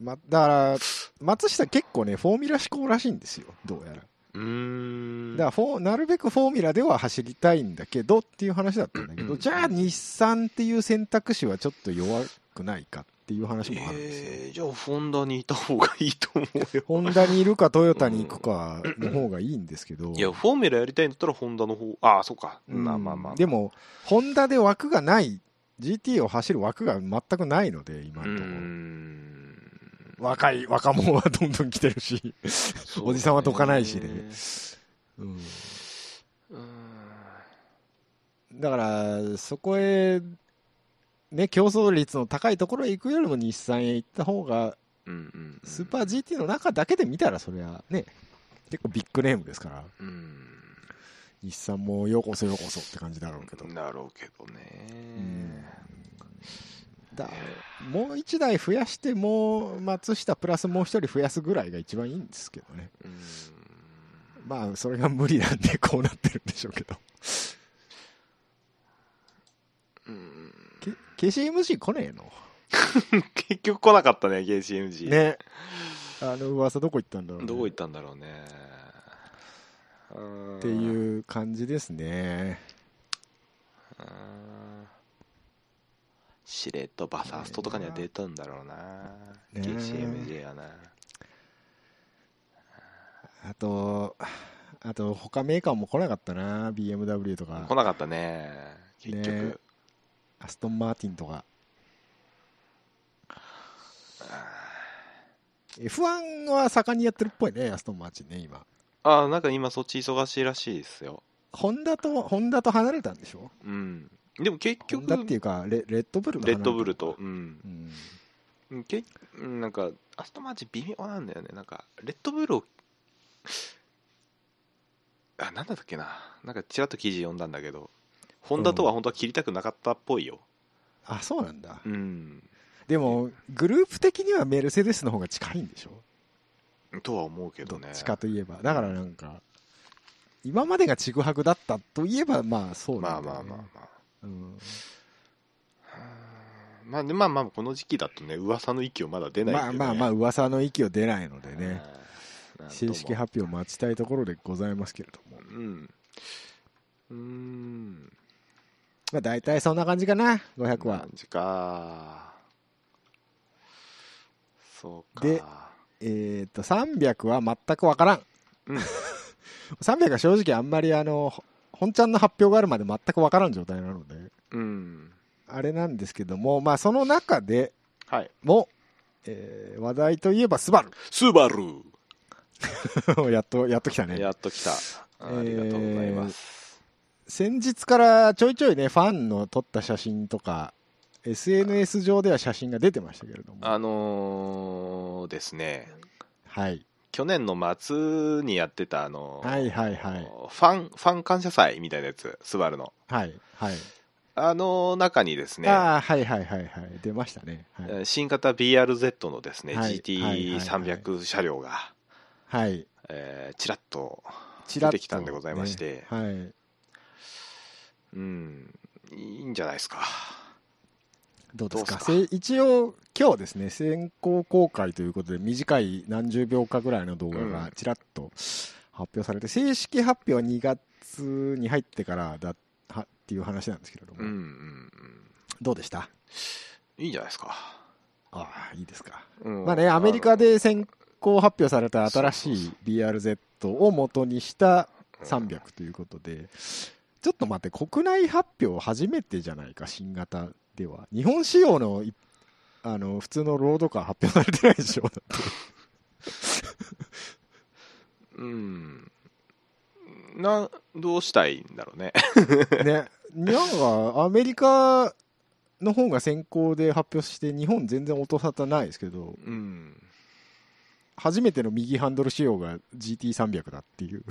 B: ま、だから、松下結構ね、フォーミュラー思考らしいんですよ、どうやら。
A: うーん
B: だからフォーなるべくフォーミュラでは走りたいんだけどっていう話だったんだけ
A: うんう
B: ど、
A: ん
B: じゃあ日産っていう選択肢はちょっと弱くないかっていう話もあるんですよ。
A: えーじゃあホンダにいた方がいいと思うよ
B: ホンダにいるかトヨタに行くかの方がいいんですけど、
A: いやフォーミュラやりたいんだったらホンダの方ああそうか、
B: うん
A: まあまあまあ
B: でも、ホンダで枠がない、GT を走る枠が全くないので、
A: う
B: 今
A: ー
B: のところ。
A: ん
B: 若い、若者はどんどん来てるし、
A: そうだね
B: おじさんはどかないしね
A: う
B: うん
A: ーん
B: だから、そこへ、ね、競争率の高いところへ行くよりも日産へ行った方が
A: うんうんうん
B: スーパー GT の中だけで見たら、それはね、結構ビッグネームですから、
A: うん
B: 日産もようこそようこそって感じだろうけど、
A: だろうけど
B: うん
A: ね
B: だもう1台増やして、もう松下プラスもう1人増やすぐらいが一番いいんですけどね、
A: うん
B: まあ、それが無理なんで、こうなってるんでしょうけど、
A: うん
B: け KCMG 来ねえの
A: 結局来なかったね KCMG
B: ね、あの噂どこ行ったんだろう、ね、
A: どこ行っ
B: っ
A: たんだろうねって
B: いう感じですね。
A: しれっとバサーストとかには出たんだろうな、
B: ね
A: KCMG はな
B: あと、あと他メーカーも来なかったな、BMW とか
A: 来、なかったね結局、
B: ねアストン・マーティンとか。F1 は盛んにやってるっぽいね、アストン・マーティンね、今。
A: ああなんか今そっち忙しいらしいですよ
B: ホンダと、ホンダと離れたんでしょ
A: うんでも結
B: ホ
A: 局
B: ンダっていうか、レレッドブルと離
A: レ
B: れ
A: ッ
B: た
A: ドブルと、うん、
B: うん。
A: うんけうんなんかアストンマーチン微妙なんだよねなんかレッドブルをあなんだったっけななんかちらっと記事読んだんだけどホンダとは本当は切りたくなかったっぽいよ
B: あ、そうなんだ
A: う。ん
B: でも、グループ的にはメルセデスの方が近いんでしょ
A: とは思うけ
B: ど
A: ど
B: っ
A: ね
B: ちかといえば。だからなんか、今までがちぐはぐだったといえば、まあそう
A: ま
B: な
A: あ
B: んだ
A: まあ
B: よね
A: まあまあ
B: うん
A: まあでまあまあこの時期だとね噂の域をまだ出ない
B: まあまあまあ、
A: あ
B: 噂の域を出ないのでね。正
A: 発
B: 式発表を待ちたいところでございますけれども、
A: うんうーん
B: まあ、大体そんな感じかな500は
A: 感、じかそうか
B: でえっと300は全くわからん、
A: うん
B: 300は正直あんまりあのほ本ちゃんの発表があるまで全くわからん状態なので
A: うん
B: あれなんですけどもまあその中で
A: はい
B: も、えー話題といえばスバル
A: スバル
B: やっとやっときたね
A: やっと来た。
B: えー
A: ありがとうございます。
B: 先日からちょいちょいねファンの撮った写真とか SNS 上では写真が出てましたけれども
A: あのーですね、
B: はい
A: 去年の末にやってた、あのー
B: はいはいはい
A: ファン、ファン感謝祭みたいなやつ、スバルの。
B: はいはい
A: あの中にですね、
B: ああ、はいはいはいはい。出ましたね。はい。
A: 新型 BRZ のですね、
B: はい
A: GT300 車両が、
B: はい、
A: えーちらっと
B: ち
A: 出てきたんでございまし。て、
B: はい。
A: うん、いいんじゃないですか。
B: どうですか
A: どうっすか
B: せ一応、今日ですね、先行公開ということで、短い何十秒かぐらいの動画
A: うん
B: がちらっと発表されて、正式発表は2月に入ってからだはっていう話なんですけれども、
A: うん、うん、うん。
B: どうでした
A: いいんじゃないですか。
B: ああ、いいですか。
A: うん
B: まあね、アメリカ
A: あ
B: で先行発表された新し
A: そう
B: い BRZ を元にした
A: の
B: 300ということで、ちょっと待って、国内発表初めてじゃないか、新型では。日本仕様のいあの普通のロードカー発表されてないで しょ、だって
A: うん。な、どうしたいんだろうね。
B: ね、なんかアメリカの方が先行で発表して、日本全然音沙汰ないですけど、
A: うん。
B: 初めての右ハンドル仕様が GT300 だっていう、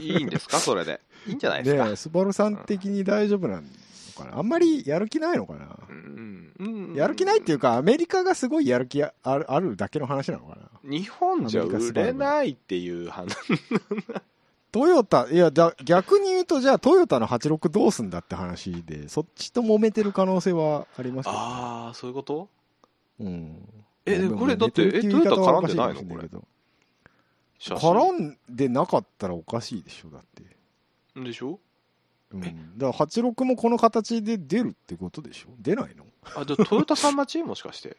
A: いいんですか、それで。いいんじゃないですか。
B: ね、スバルさん的に大丈夫なのかな、あんまりやる気ないのかな。
A: うん。うん
B: やる気ないっていうか、アメリカがすごいやる気あるあるだけの話なのかな。
A: 日本じゃ売れないっていう話
B: トヨタ、いや、じゃ逆に言うと、じゃあトヨタの86どうすんだって話で、そっちと揉めてる可能性はありますけどね
A: ああそういうこと
B: うん。
A: え
B: まあ
A: これだって
B: 揉めるいう言い方はおかしかもしれけど
A: 写真
B: 絡んでなかったらおかしいでしょ、だって。
A: でしょ
B: うん。だ
A: え
B: から86もこの形で出るってことでしょ出ないの
A: あじゃあトヨタさん待ちもしかして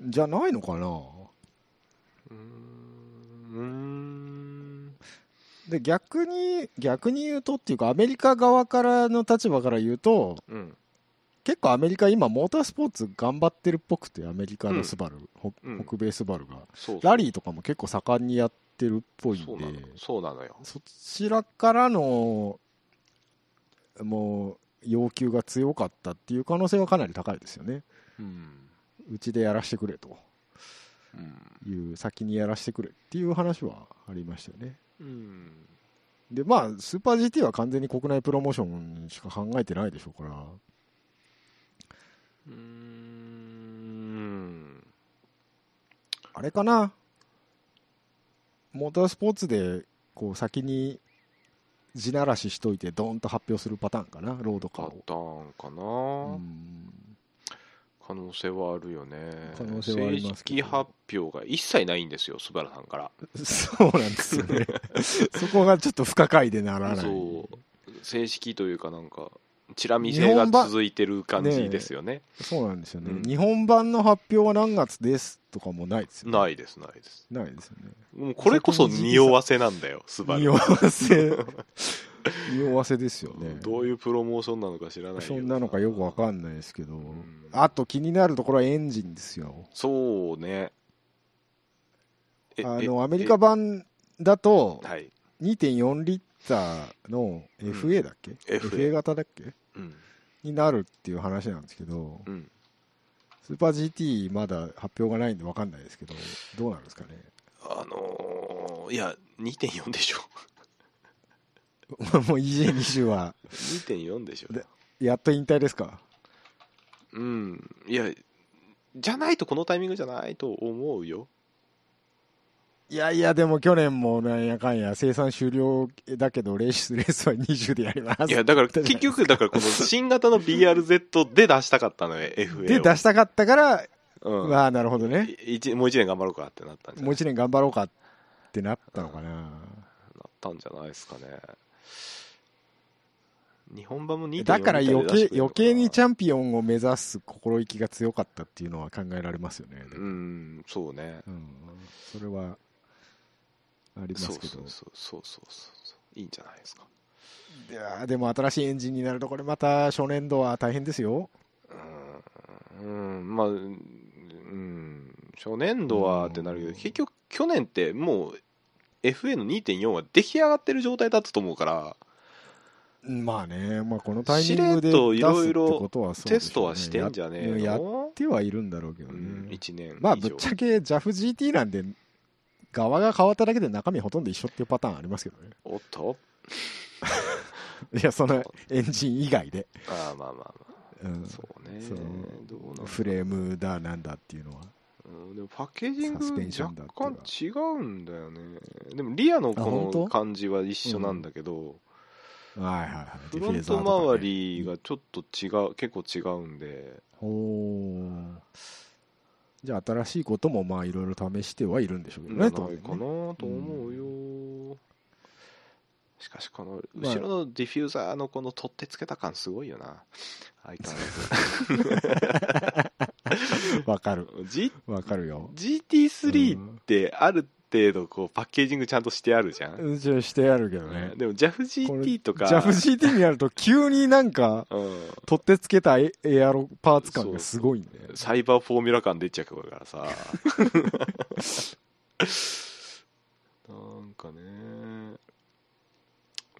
B: じゃないのかな
A: うーん
B: で逆に逆に言うとっていうかアメリカ側からの立場から言うと
A: うーん
B: 結構アメリカ今モータースポーツ頑張ってるっぽくてアメリカのスバル、ほ
A: うん
B: 北米スバルが
A: そう
B: ラリーとかも結構盛んにやってるっぽいん
A: そうなの
B: で
A: そうなのよ
B: そちらからのもう要求が強かったっていう可能性はかなり高いですよね
A: うん、
B: うちでやらせてくれと
A: うん
B: いう先にやらせてくれっていう話はありましたよね
A: うん、
B: でまあスーパー GT は完全に国内プロモーションしか考えてないでしょうから
A: うーん
B: あれかなモータースポーツでこう先に地ならししといてドーンと発表するパターンかなロードカー
A: パ
B: を
A: ターンかな、
B: うん
A: 可能性はあるよね
B: 可能性はありますけ
A: 正
B: ど
A: 式発表が一切ないんですよスバルさんから
B: そうなんです よねそこがちょっと不可解でならない
A: そう正式というかなんかチラ見せが続いてる感じですよね
B: そうなんですよね、
A: うん
B: 日本版の発表は何月ですとかもないですよね
A: ないですないです
B: ないですよ ね
A: もうこれこそ匂わせなんだよスバル
B: 匂わせ匂わせですよね
A: どういうプロモーションなのか知らないけど
B: そんなのかよくわかんないですけど、
A: ん
B: あと気になるところはエンジンですよ
A: そうねえ
B: あ
A: え
B: のアメリカ版だと
A: えはい、
B: 2.4リッターの FA だっけ、
A: FA
B: FA 型だっけ
A: うん
B: になるっていう話なんですけど、
A: うん、
B: スーパー GT まだ発表がないんでわかんないですけどどうなんですかね
A: あのーいや2.4でしょ
B: もう EJ20 は
A: 2.4でしょ
B: でやっと引退ですか
A: うんいやじゃないとこのタイミングじゃないと思うよ
B: いやいやでも去年もなんやかんや生産終了だけどレースレースは20でやります
A: いや だから
B: じゃない
A: 結局だからこの新型の BRZ で出したかったのよ FA を
B: で出したかったから、
A: うん
B: まあなるほどね
A: い一もう1年頑張ろうかってなったんじゃ
B: も
A: な
B: う
A: い
B: 一年頑張ろうかってなったのかな、
A: なったんじゃないですかね日本版も2.4
B: だから余計余計にチ
A: ゃ
B: ャンピオンを目指す心意気が強かったっていうのは考えられますよね、
A: うんそうね
B: うん、それはありま
A: そう
B: す
A: そ
B: け
A: う
B: ど
A: そうそうそうそういいんじゃないですか
B: いやーでも新しいエンジンになるとこれまた初年度は大変ですよ
A: うんうんまあうん初年度はってなるけ
B: う
A: ど
B: ん
A: 結局去年ってもう FA の2.4は出来上がってる状態だったと思うから
B: まあね、まあ、このタイミングで
A: しれっと
B: 出
A: い
B: すって
A: ろいろ
B: ことはそうで
A: テ
B: し
A: スト
B: ょうね
A: はしてんじゃねえ
B: ややっ
A: の
B: てはいるんだろうけど
A: う
B: ね、
A: ん1年以上
B: まあぶっちゃけ JAFGT なんで側が変わっただけで中身ほとんど一緒っていうパターンありますけどね
A: おっと
B: いやそのエンジン以外で、
A: ああまあまあまあ
B: うん、
A: そうね
B: そう
A: どうなんだろう
B: フレームだなんだっていうのは
A: うんでもパッケージン
B: サスペンション
A: グ
B: だって
A: 若干違うんだよねでもリアの
B: あ本
A: こ
B: 当
A: の感じは一緒なんだけど
B: はいはいはい
A: フロント周りがちょっと違う結構違うんで
B: おおじゃあ新しいこともまあいろいろ試してはいるんでしょうけ
A: じ
B: ど
A: ゃな
B: ね
A: いか
B: 当然
A: な
B: ね
A: と思うよしかしこの
B: まあ
A: 後ろのディフューザーのこの取ってつけた感すごいよな相変わ
B: わかる
A: らず G-
B: わかるよ
A: GT3 ってある程度こうパッケージングちゃんとしてあるじゃん、
B: うんじゃあしてあるけどね
A: でも JAFGT とか
B: JAFGT になると急になんか
A: うん
B: 取ってつけたエエアロパーツ感がすごいんだよね
A: サイバーフォーミュラ感出ちゃうからさ なんかね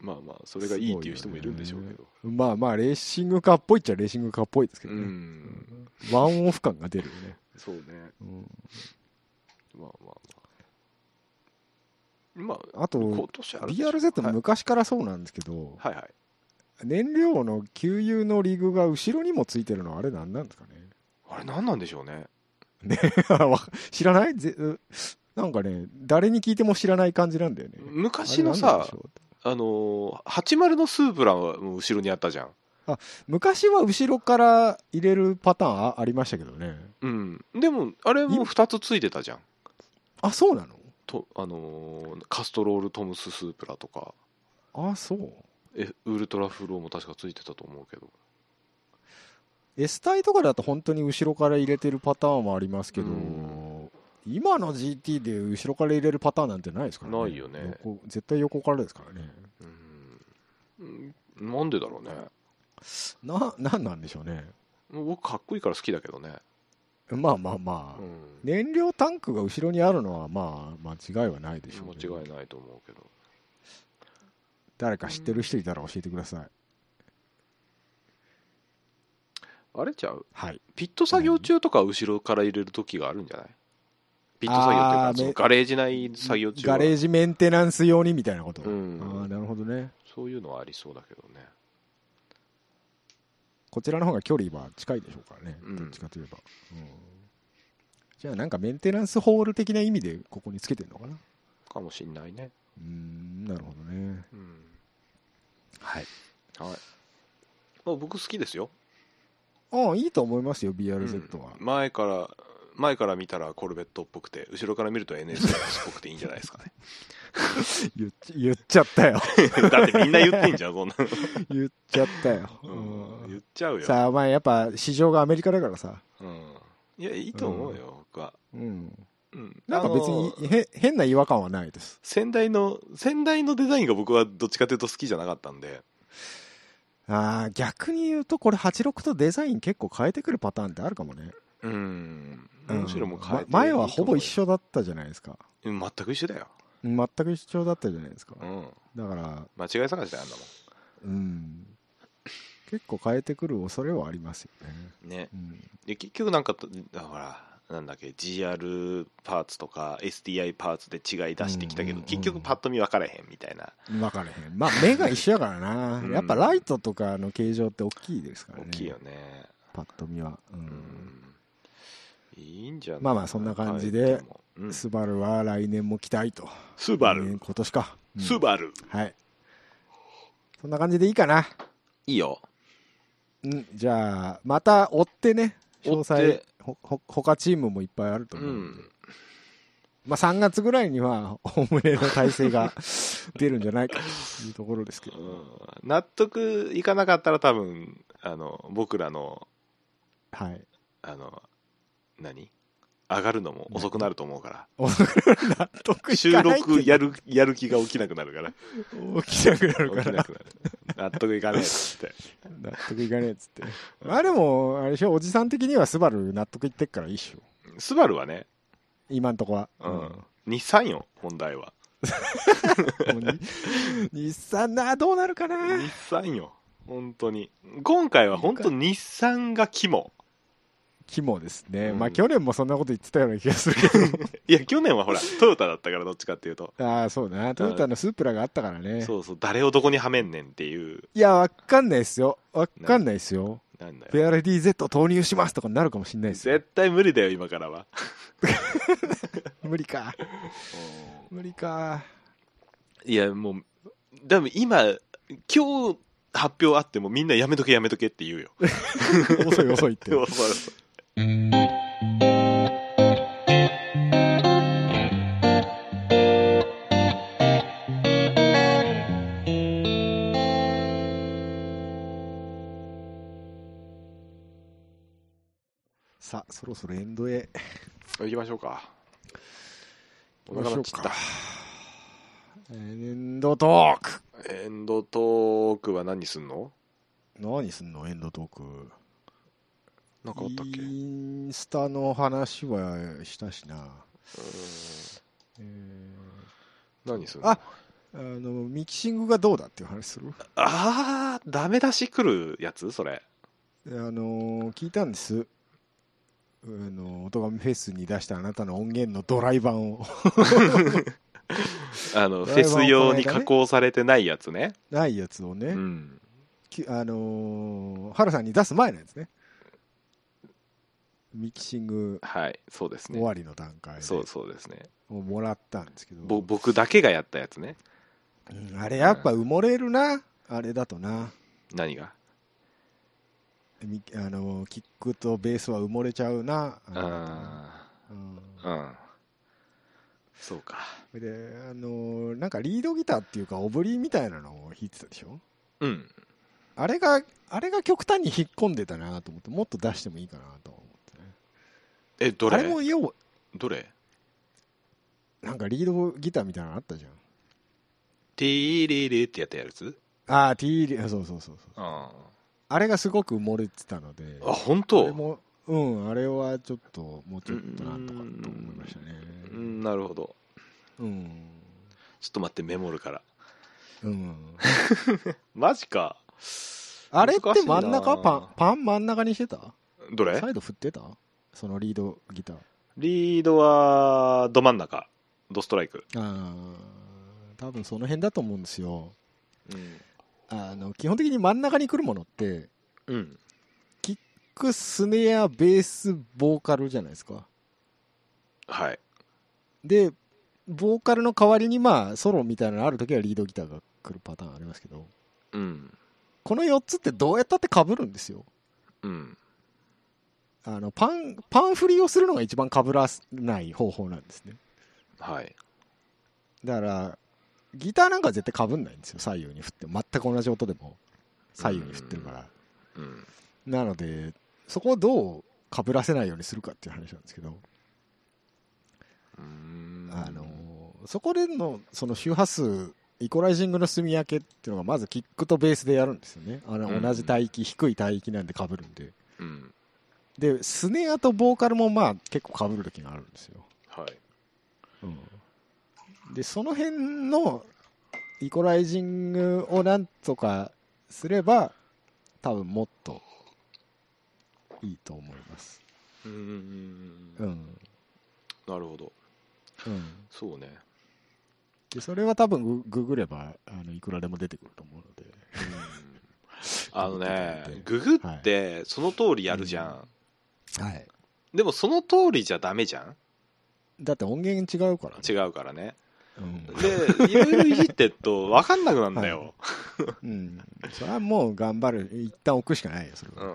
A: まあまあそれがいいっていう人もいるんでしょうけど、
B: まあまあレーシングカーっぽいっちゃレーシングカーっぽいですけど
A: う
B: ね、
A: ん
B: ワンオフ感が出るよね、
A: そうね
B: うん
A: まあまあまあまあ
B: あと
A: 今年あるでしょ
B: BRZ
A: はい
B: 昔からそうなんですけど、
A: はいはい
B: 燃料の給油のリグが後ろにもついてるのはあれ何なんですかね
A: ああれ何なんでしょうね
B: わ知らないぜうなんかね誰に聞いても知らない感じなんだよね
A: 昔の
B: あれなん
A: さ
B: でしょう
A: あのー80のスープランはもう後ろにあったじゃん
B: 昔は後ろから入れるパターンあありましたけどね
A: うんでもあれも2つついてたじゃん
B: あそうなの
A: とあのーカストロールトムススープラとか
B: あそう
A: えウルトラフローも確かついてたと思うけど
B: S 体とかだと本当に後ろから入れてるパターンはありますけど、
A: うん
B: 今の GT で後ろから入れるパターンなんてないですからね
A: ないよね
B: 横絶対横からですからね
A: うんうんなんでだろうね
B: ななんなんでしょうね
A: 僕かっこいいから好きだけどね、
B: まあまあまあ、
A: うん、
B: 燃料タンクが後ろにあるのはまあ間違いはないでしょうけど
A: 間違いないと思うけど
B: 誰か知ってる人いたら教えてください、
A: あれちゃう
B: はい
A: ピット作業中とかは後ろから入れる時があるんじゃないピット作業っていう
B: あ
A: か
B: ー
A: その
B: め
A: ガレージ内作業中は
B: ガレージメンテナンス用にみたいなこと、
A: うん
B: ああなるほどね
A: そういうのはありそうだけどね
B: こちらの方が距離は近いでしょうからね、
A: うん
B: どっちかといえば、うんじゃあなんかメンテナンスホール的な意味でここにつけてるのかな
A: かもしんないね
B: うーんなるほどね
A: うん
B: はい
A: はいまあ僕好きですよ、
B: ああいいと思いますよ
A: うん
B: BRZ は、
A: 前から前から見たらコルベットっぽくて後ろから見ると NSX っぽくていいんじゃない ですかね
B: 言っち言っちゃったよ
A: だってみんな言ってんじゃんそんな の、
B: 言っちゃったよ、
A: うん、
B: う
A: 言
B: ん
A: っちゃうよ
B: さあお前やっぱ市場がアメリカだからさ
A: うん、いやいいと思うよ、僕は、
B: うん
A: うん、
B: なんか別
A: あの
B: にへ変な違和感はないです
A: 先代の先代のデザインが僕はどっちかというと好きじゃなかったんで
B: ああ逆に言うとこれ86とデザイン結構変えてくるパターンってあるかもね
A: うん
B: うん
A: むしろもう変えていいと思うよ、
B: ま前はほぼ一緒だったじゃないですか
A: うん全く一緒だよ、
B: 全く一緒だったじゃないですか、
A: うん、
B: だから
A: 間違い探しであんだも
B: うん結構変えてくる恐れはありますよね、
A: んね
B: うん
A: で結局なんかとあほらなんだっけ GR パーツとか SDI パーツで違い出してきたけ
B: うん
A: ど
B: うんうん
A: 結局パッと見分からへんみたいな
B: 分かれへんまあ目が一緒やからな、
A: うん
B: やっぱライトとかの形状って大きいですからね
A: 大きいよね
B: パッと見は、うん
A: うんいいんじゃない
B: まあまあそんな感じで
A: はいもううんス
B: スバルは来年も期待と
A: バ
B: 来年
A: ル
B: 今年か、うん
A: スバル
B: はいそんな感じでいいかな、
A: いいよ
B: うん、じゃあまた追ってね詳
A: 追っ
B: 細
A: て
B: ほほ他チームもいっぱいあると
A: う
B: 思うんで、
A: ん
B: まあ、3月ぐらいにはおムレの体制が 出るんじゃないかというところですけど、
A: うん納得いかなかったら多分あの僕らの
B: はい
A: あの何上がるのも遅くなると思うから
B: お納 得い
A: 収
B: かないって
A: 録やるやる気が起きなくな るから
B: 起きなくなる
A: 起
B: か
A: き
B: ら
A: なくなる納得いかねえっつって
B: 納得いかねえっつってまあでもあれでしょおじさん的にはスバル納得いってっからいいっしょ
A: スバルはね、
B: 今んとこは、
A: うん
B: も
A: 日産よ本題は
B: うに 日産などうなるかな
A: 日産よ本当に今回は本当日産が肝
B: 肝ですね、
A: うん
B: まあ去年もそんなこと言ってたような気がする けど
A: いや去年 はほらトヨタだったからどっちかっていうと
B: ああそうなトヨタのスープラがあったからね
A: そうそう誰をどこにはめんねんっていう
B: いやわかんないっすよわかんないっすよ
A: なんだ
B: フ
A: よ
B: ェアレディ Z 投入しますとかになるかもしんないですよ
A: 絶対無理だよ今からは
B: 無理か無理か
A: いやもうでも今今日発表あってもみんなやめとけやめとけって言うよ
B: 遅い 遅いって
A: そうそうそう
B: さあそろそろエンドへ
A: 行きましょうかお
B: 行き
A: 腹
B: まし
A: な
B: ょう
A: っ
B: か
A: ちった
B: エンドトーク
A: エンドトークは何すんの
B: 何すんのエンドトーク
A: なんかあったっけ
B: インスタの話はしたしな、え
A: 何すんの
B: あーあのミキシングがどうだっていう話する
A: あーダメ出し来るやつそれ
B: あのー聞いたんですあの音めフェスに出したあなたの音源のドライ版を
A: あの
B: ド
A: フ
B: ライ
A: ェ
B: バー
A: ス
B: は
A: 用に
B: この間ね
A: 加工されてないやつね
B: ないやつをね、
A: うん
B: きあのー、ハルさんに出す前のやつねミキシング
A: はいそうです
B: 終
A: ね
B: わりの段階
A: そうそうですね
B: をもらったんですけど、
A: ぼ僕だけがやったやつね
B: うんあれやっぱ埋もれるなあれだとな
A: 何が
B: みあのキックとベースは埋もれちゃうなあれだとな
A: あ
B: うん
A: あうんそうか
B: であのなんかリードギターっていうかオブリーみたいなのを弾いてたでしょ
A: うん
B: あれがあれが極端に引っ込んでたなと思ってもっと出してもいいかなと思ってね
A: えど
B: あ
A: れ
B: れも要は
A: どれ
B: なんかリードギターみたいなのあったじゃん
A: ティーリリってやったやつ
B: ああ T リそうそうそうそう
A: あ
B: あれがすごく埋もれてたので
A: あ本
B: あれ
A: 当
B: もうんあれはちょっともうちょっとなんとかと思いましたね
A: うんなるほど
B: うん
A: ちょっと待ってメモるから
B: うん
A: マジか
B: あれって
A: 難しいな
B: 真ん中パンパン真ん中にしてた
A: どれ
B: サイド振ってたそのリードギター
A: リードはど真ん中ドストライク、
B: ああ多分その辺だと思うんですよ
A: うん
B: あの基本的に真ん中に来るものって
A: うん、
B: キックスネアベースボーカルじゃないですか
A: はい
B: でボーカルの代わりにまあソロみたいなのある時はリードギターが来るパターンありますけど
A: うん
B: この4つってどうやったって被るんですよ
A: うん
B: あのパンパン振りをするのが一番被らない方法なんですね
A: はい
B: だからギターなんか絶対被んないんですよ左右に振って全く同じ音でも左右に振ってるから
A: うん
B: なのでそこをどう被らせないようにするかっていう話なんですけど、
A: うん
B: あのそこでのその周波数イコライジングの住み分けっていうのがまずキックとベースでやるんですよねあ
A: う
B: の
A: ん
B: 同じ帯域、低い帯域なんで被るんで
A: うん
B: でスネアとボーカルもまあ結構被る時があるんですよ、
A: はい
B: でその辺のイコライジングをなんとかすれば多分もっといいと思います
A: うん
B: うん、
A: なるほど
B: うん
A: そうね
B: でそれは多分グググればあのいくらでも出てくると思うので、
A: あのね
B: うん
A: ググってその通りやるじゃん、
B: はい、
A: でもその通りじゃダメじゃん
B: だって音源違うから、ね
A: 違うからね
B: うん
A: でいろいろいじってっと分かんなくなるんだよ、
B: うん、それはもう頑張る一旦置くしかないよそれは、
A: う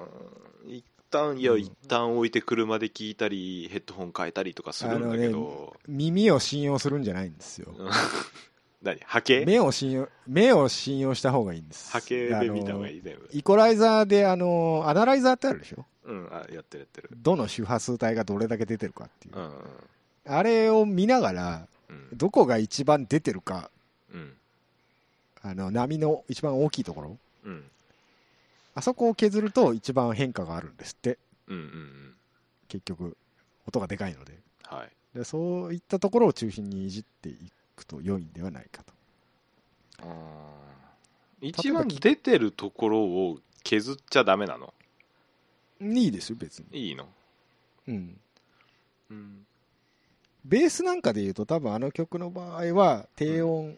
A: ん一旦いや
B: うん
A: 一旦置いて車で聞いたりヘッドホン変えたりとかするんだけど、
B: 耳を信用するんじゃないんですよ
A: うん何波形
B: 目を信用目を信用した方がいいんです
A: 波形で見た方が
B: あ
A: いい全部
B: のイコライザーであのアナライザーってあるでしょ
A: うんあやってるやってる
B: どの周波数帯がどれだけ出てるかっていう、
A: うんうん
B: あれを見ながら
A: うん
B: どこが一番出てるか
A: うん
B: あの波の一番大きいところ
A: うん
B: あそこを削ると一番変化があるんですって
A: うんうんうん
B: 結局音がでかいので
A: はい
B: でそういったところを中心にいじっていくと良いんではないかと
A: 一番出てるところを削っちゃダメなの
B: いいですよ別に、
A: いいの
B: うん、
A: うん
B: ベースなんかで言うと多分あの曲の場合は低音、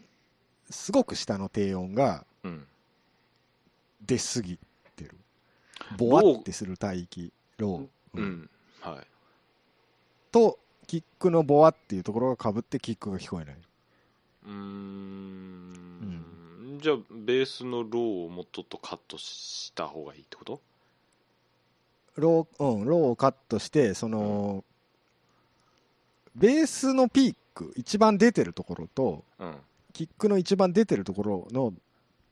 B: すごく下の低音が
A: うん
B: 出過ぎてるボワってする帯域ロー、
A: うん、はい
B: とキックのボワっていうところが被ってキックが聞こえない、
A: うーんじゃあベースのローをもうちょっとカットした方がいいってこと
B: ロー,、うん、ローをカットしてその、ベースのピーク一番出てるところと
A: うん
B: キックの一番出てるところの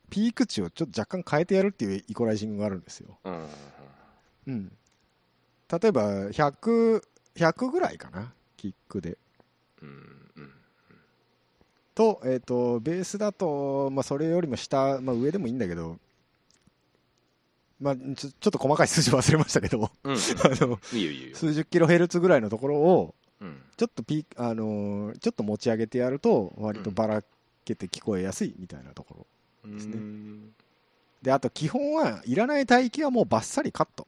B: ピーク値をちょっと若干変えてやるっていうイコライジングがあるんですよ、
A: うんうん
B: うん、例えば100100ぐらいかなキックで
A: うん
B: と,、えー、とベースだと、まあ、それよりも下、まあ、上でもいいんだけど、まあ、ちょちょっと細かい数字忘れましたけど
A: うんうん
B: あの
A: いいよいいよ
B: 数十キロヘルツぐらいのところを
A: うん
B: ちょっとピーあのーちょっと持ち上げてやると割とばらけて聞こえやすいみたいなところ、
A: です
B: ね
A: ね
B: であと基本はいらない帯域はもうバッサリカット、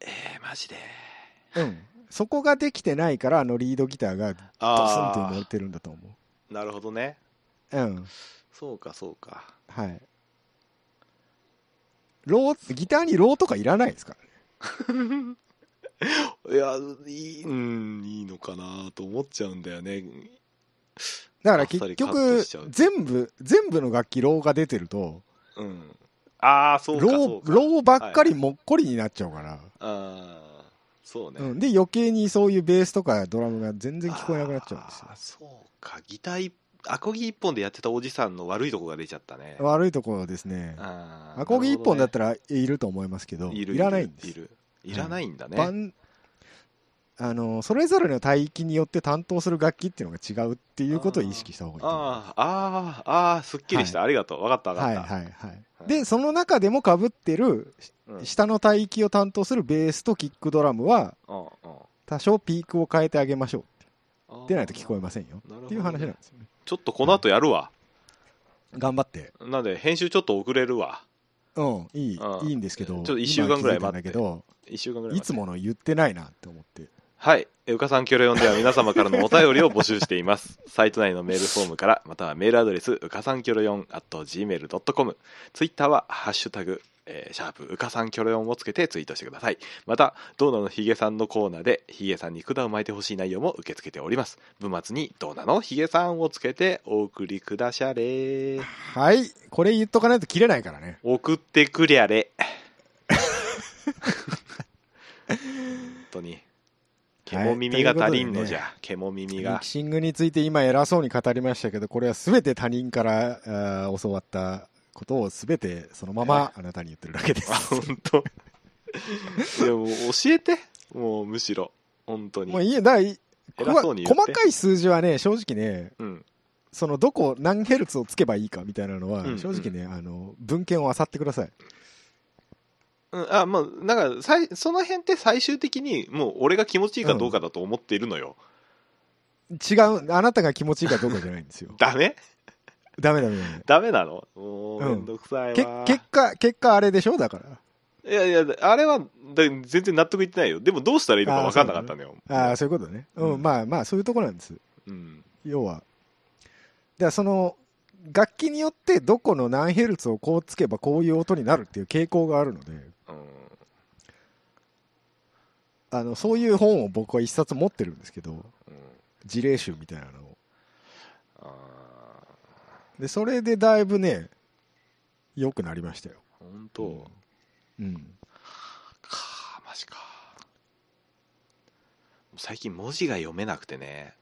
A: えーマジで
B: うん、そこができてないからあのリードギターがドスンと埋もれ
A: あ
B: てるんだと思
A: あなるほどね
B: ううん
A: そうかそうか
B: はいローギターにローとかいらないですからね
A: いやいいうんいいのかなと思っちゃうんだよね
B: だから結
A: あっさりカット
B: 局
A: しちゃう
B: 全部全部の楽器ローが出てると
A: うんああそうかそ
B: ロ
A: う
B: ー
A: か
B: ローばっかりもっこりになっちゃうから、
A: ああそうね、
B: うん、で余計にそういうベースとかドラムが全然聞こえなくなっちゃうんです
A: あーそうかギター一アコギ一本でやってたおじさんの悪いとこが出ちゃったね
B: よ悪いところですね
A: あー
B: アコギ1本だった
A: な
B: らいると思いますけど
A: るほどねいる
B: いらないんです
A: いるいらないんだね、
B: バンあのそれぞれの帯域によって担当する楽器っていうのが違うっていうことを意識した方がいいと思います
A: あーあーあーすっきりした、ありがとうわかったわか
B: は
A: っ
B: い
A: た、
B: はいはい
A: うん
B: でその中でもかぶってる
A: うん
B: 下の帯域を担当するベースとキックドラムは
A: うんうん
B: 多少ピークを変えてあげましょ
A: あ
B: う
A: ー
B: でないと聞こえませんよ
A: なるほどね
B: っていう話なんですよね
A: ちょっとこの後やるわ、
B: 頑張って
A: なんで編集ちょっと遅れるわ
B: うんいい
A: うん
B: いいんですけど
A: ちょっと一週間ぐらい待って
B: 今気づたんだけど
A: 1週間ぐらい
B: いつもの言ってないなって思って
A: はい。えうかさん協力では皆様からのお便りを募集しています。 サイト内のメールフォームから、またはメールアドレス、うかさんきょろ4 at gmail.com。ツイッターは、ハッシュタグ、えーシャープうかさんきょろ4をつけてツイートしてください。また、ドーナのひげさんのコーナーで、ひげさんに管を巻いてほしい内容も受け付けております。文末に、ドーナのひげさんをつけてお送りくだしゃれ。
B: はいこれ言っとかないと切れないからね
A: 送ってくりゃれ。本当に。獣耳が足りんのじゃ、獣耳
B: ミ
A: が
B: キ。シングについて今偉そうに語りましたけどこれは全て他人からあー教わったことを全てそのままあなたに言ってるだけです
A: あ本当。でも教えてもうむしろ本当に
B: もういいよだからい
A: 偉そうに言
B: 細
A: って
B: かい数字はね正直ね
A: うん
B: そのどこ何ヘルツをつけばいいかみたいなのは
A: うんうん
B: 正直ね、あの文献を漁ってください
A: うんあまあなんかさいその辺って最終的にもう俺が気持ちいいかどうかだと思っているのよ、
B: 違うあなたが気持ちいいかどうかじゃないんですよ
A: ダメ
B: ダメダメダメ
A: ダメなのもうめんどくさい
B: け
A: わ、
B: 結果結果あれでしょだから
A: いやいやあれはだ全然納得いってないよでもどうしたらいいのか分かんなかったのよ
B: ああそういうことね、うん
A: うん
B: まあまあそういうところなんです
A: うん
B: 要はだからその楽器によってどこの何ヘルツをこうつけばこういう音になるっていう傾向があるので
A: うん
B: あのそういう本を僕は一冊持ってるんですけど
A: うん
B: 事例集みたいなのを
A: あ
B: でそれでだいぶね良くなりましたよ
A: ー本当、
B: うんうん
A: かマジか最近文字が読めなくてね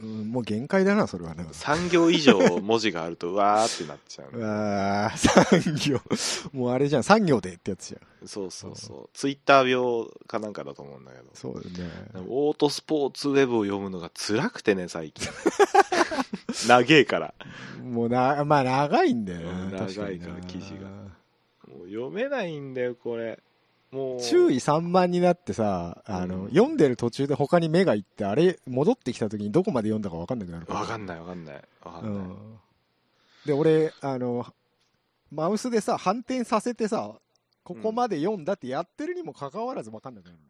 B: うんもう限界だなそれはなんか
A: 3行以上文字があるとうわーってなっちゃ う
B: ああ産業 もうあれじゃん産業でってやつじゃん
A: そうそうそうツイッター病かなんかだと思うんだけど
B: そうだよね
A: オートスポーツウェブを読むのが辛くてね最 近長えから
B: もうなまあ長いんだよ
A: うん長
B: な
A: い
B: 確かにな
A: から記事がもう読めないんだよこれもう
B: 注意散漫になってさあ
A: う
B: の、
A: ん
B: 読んでる途中で他に目がいってあれ戻ってきた時にどこまで読んだか分かんなくなる
A: わか
B: なん
A: ないわかんないわか
B: うん
A: ない、
B: ん、で俺あのマウスでさ反転させてさここまで読んだってやってるにもかかわらず分かんなくなるん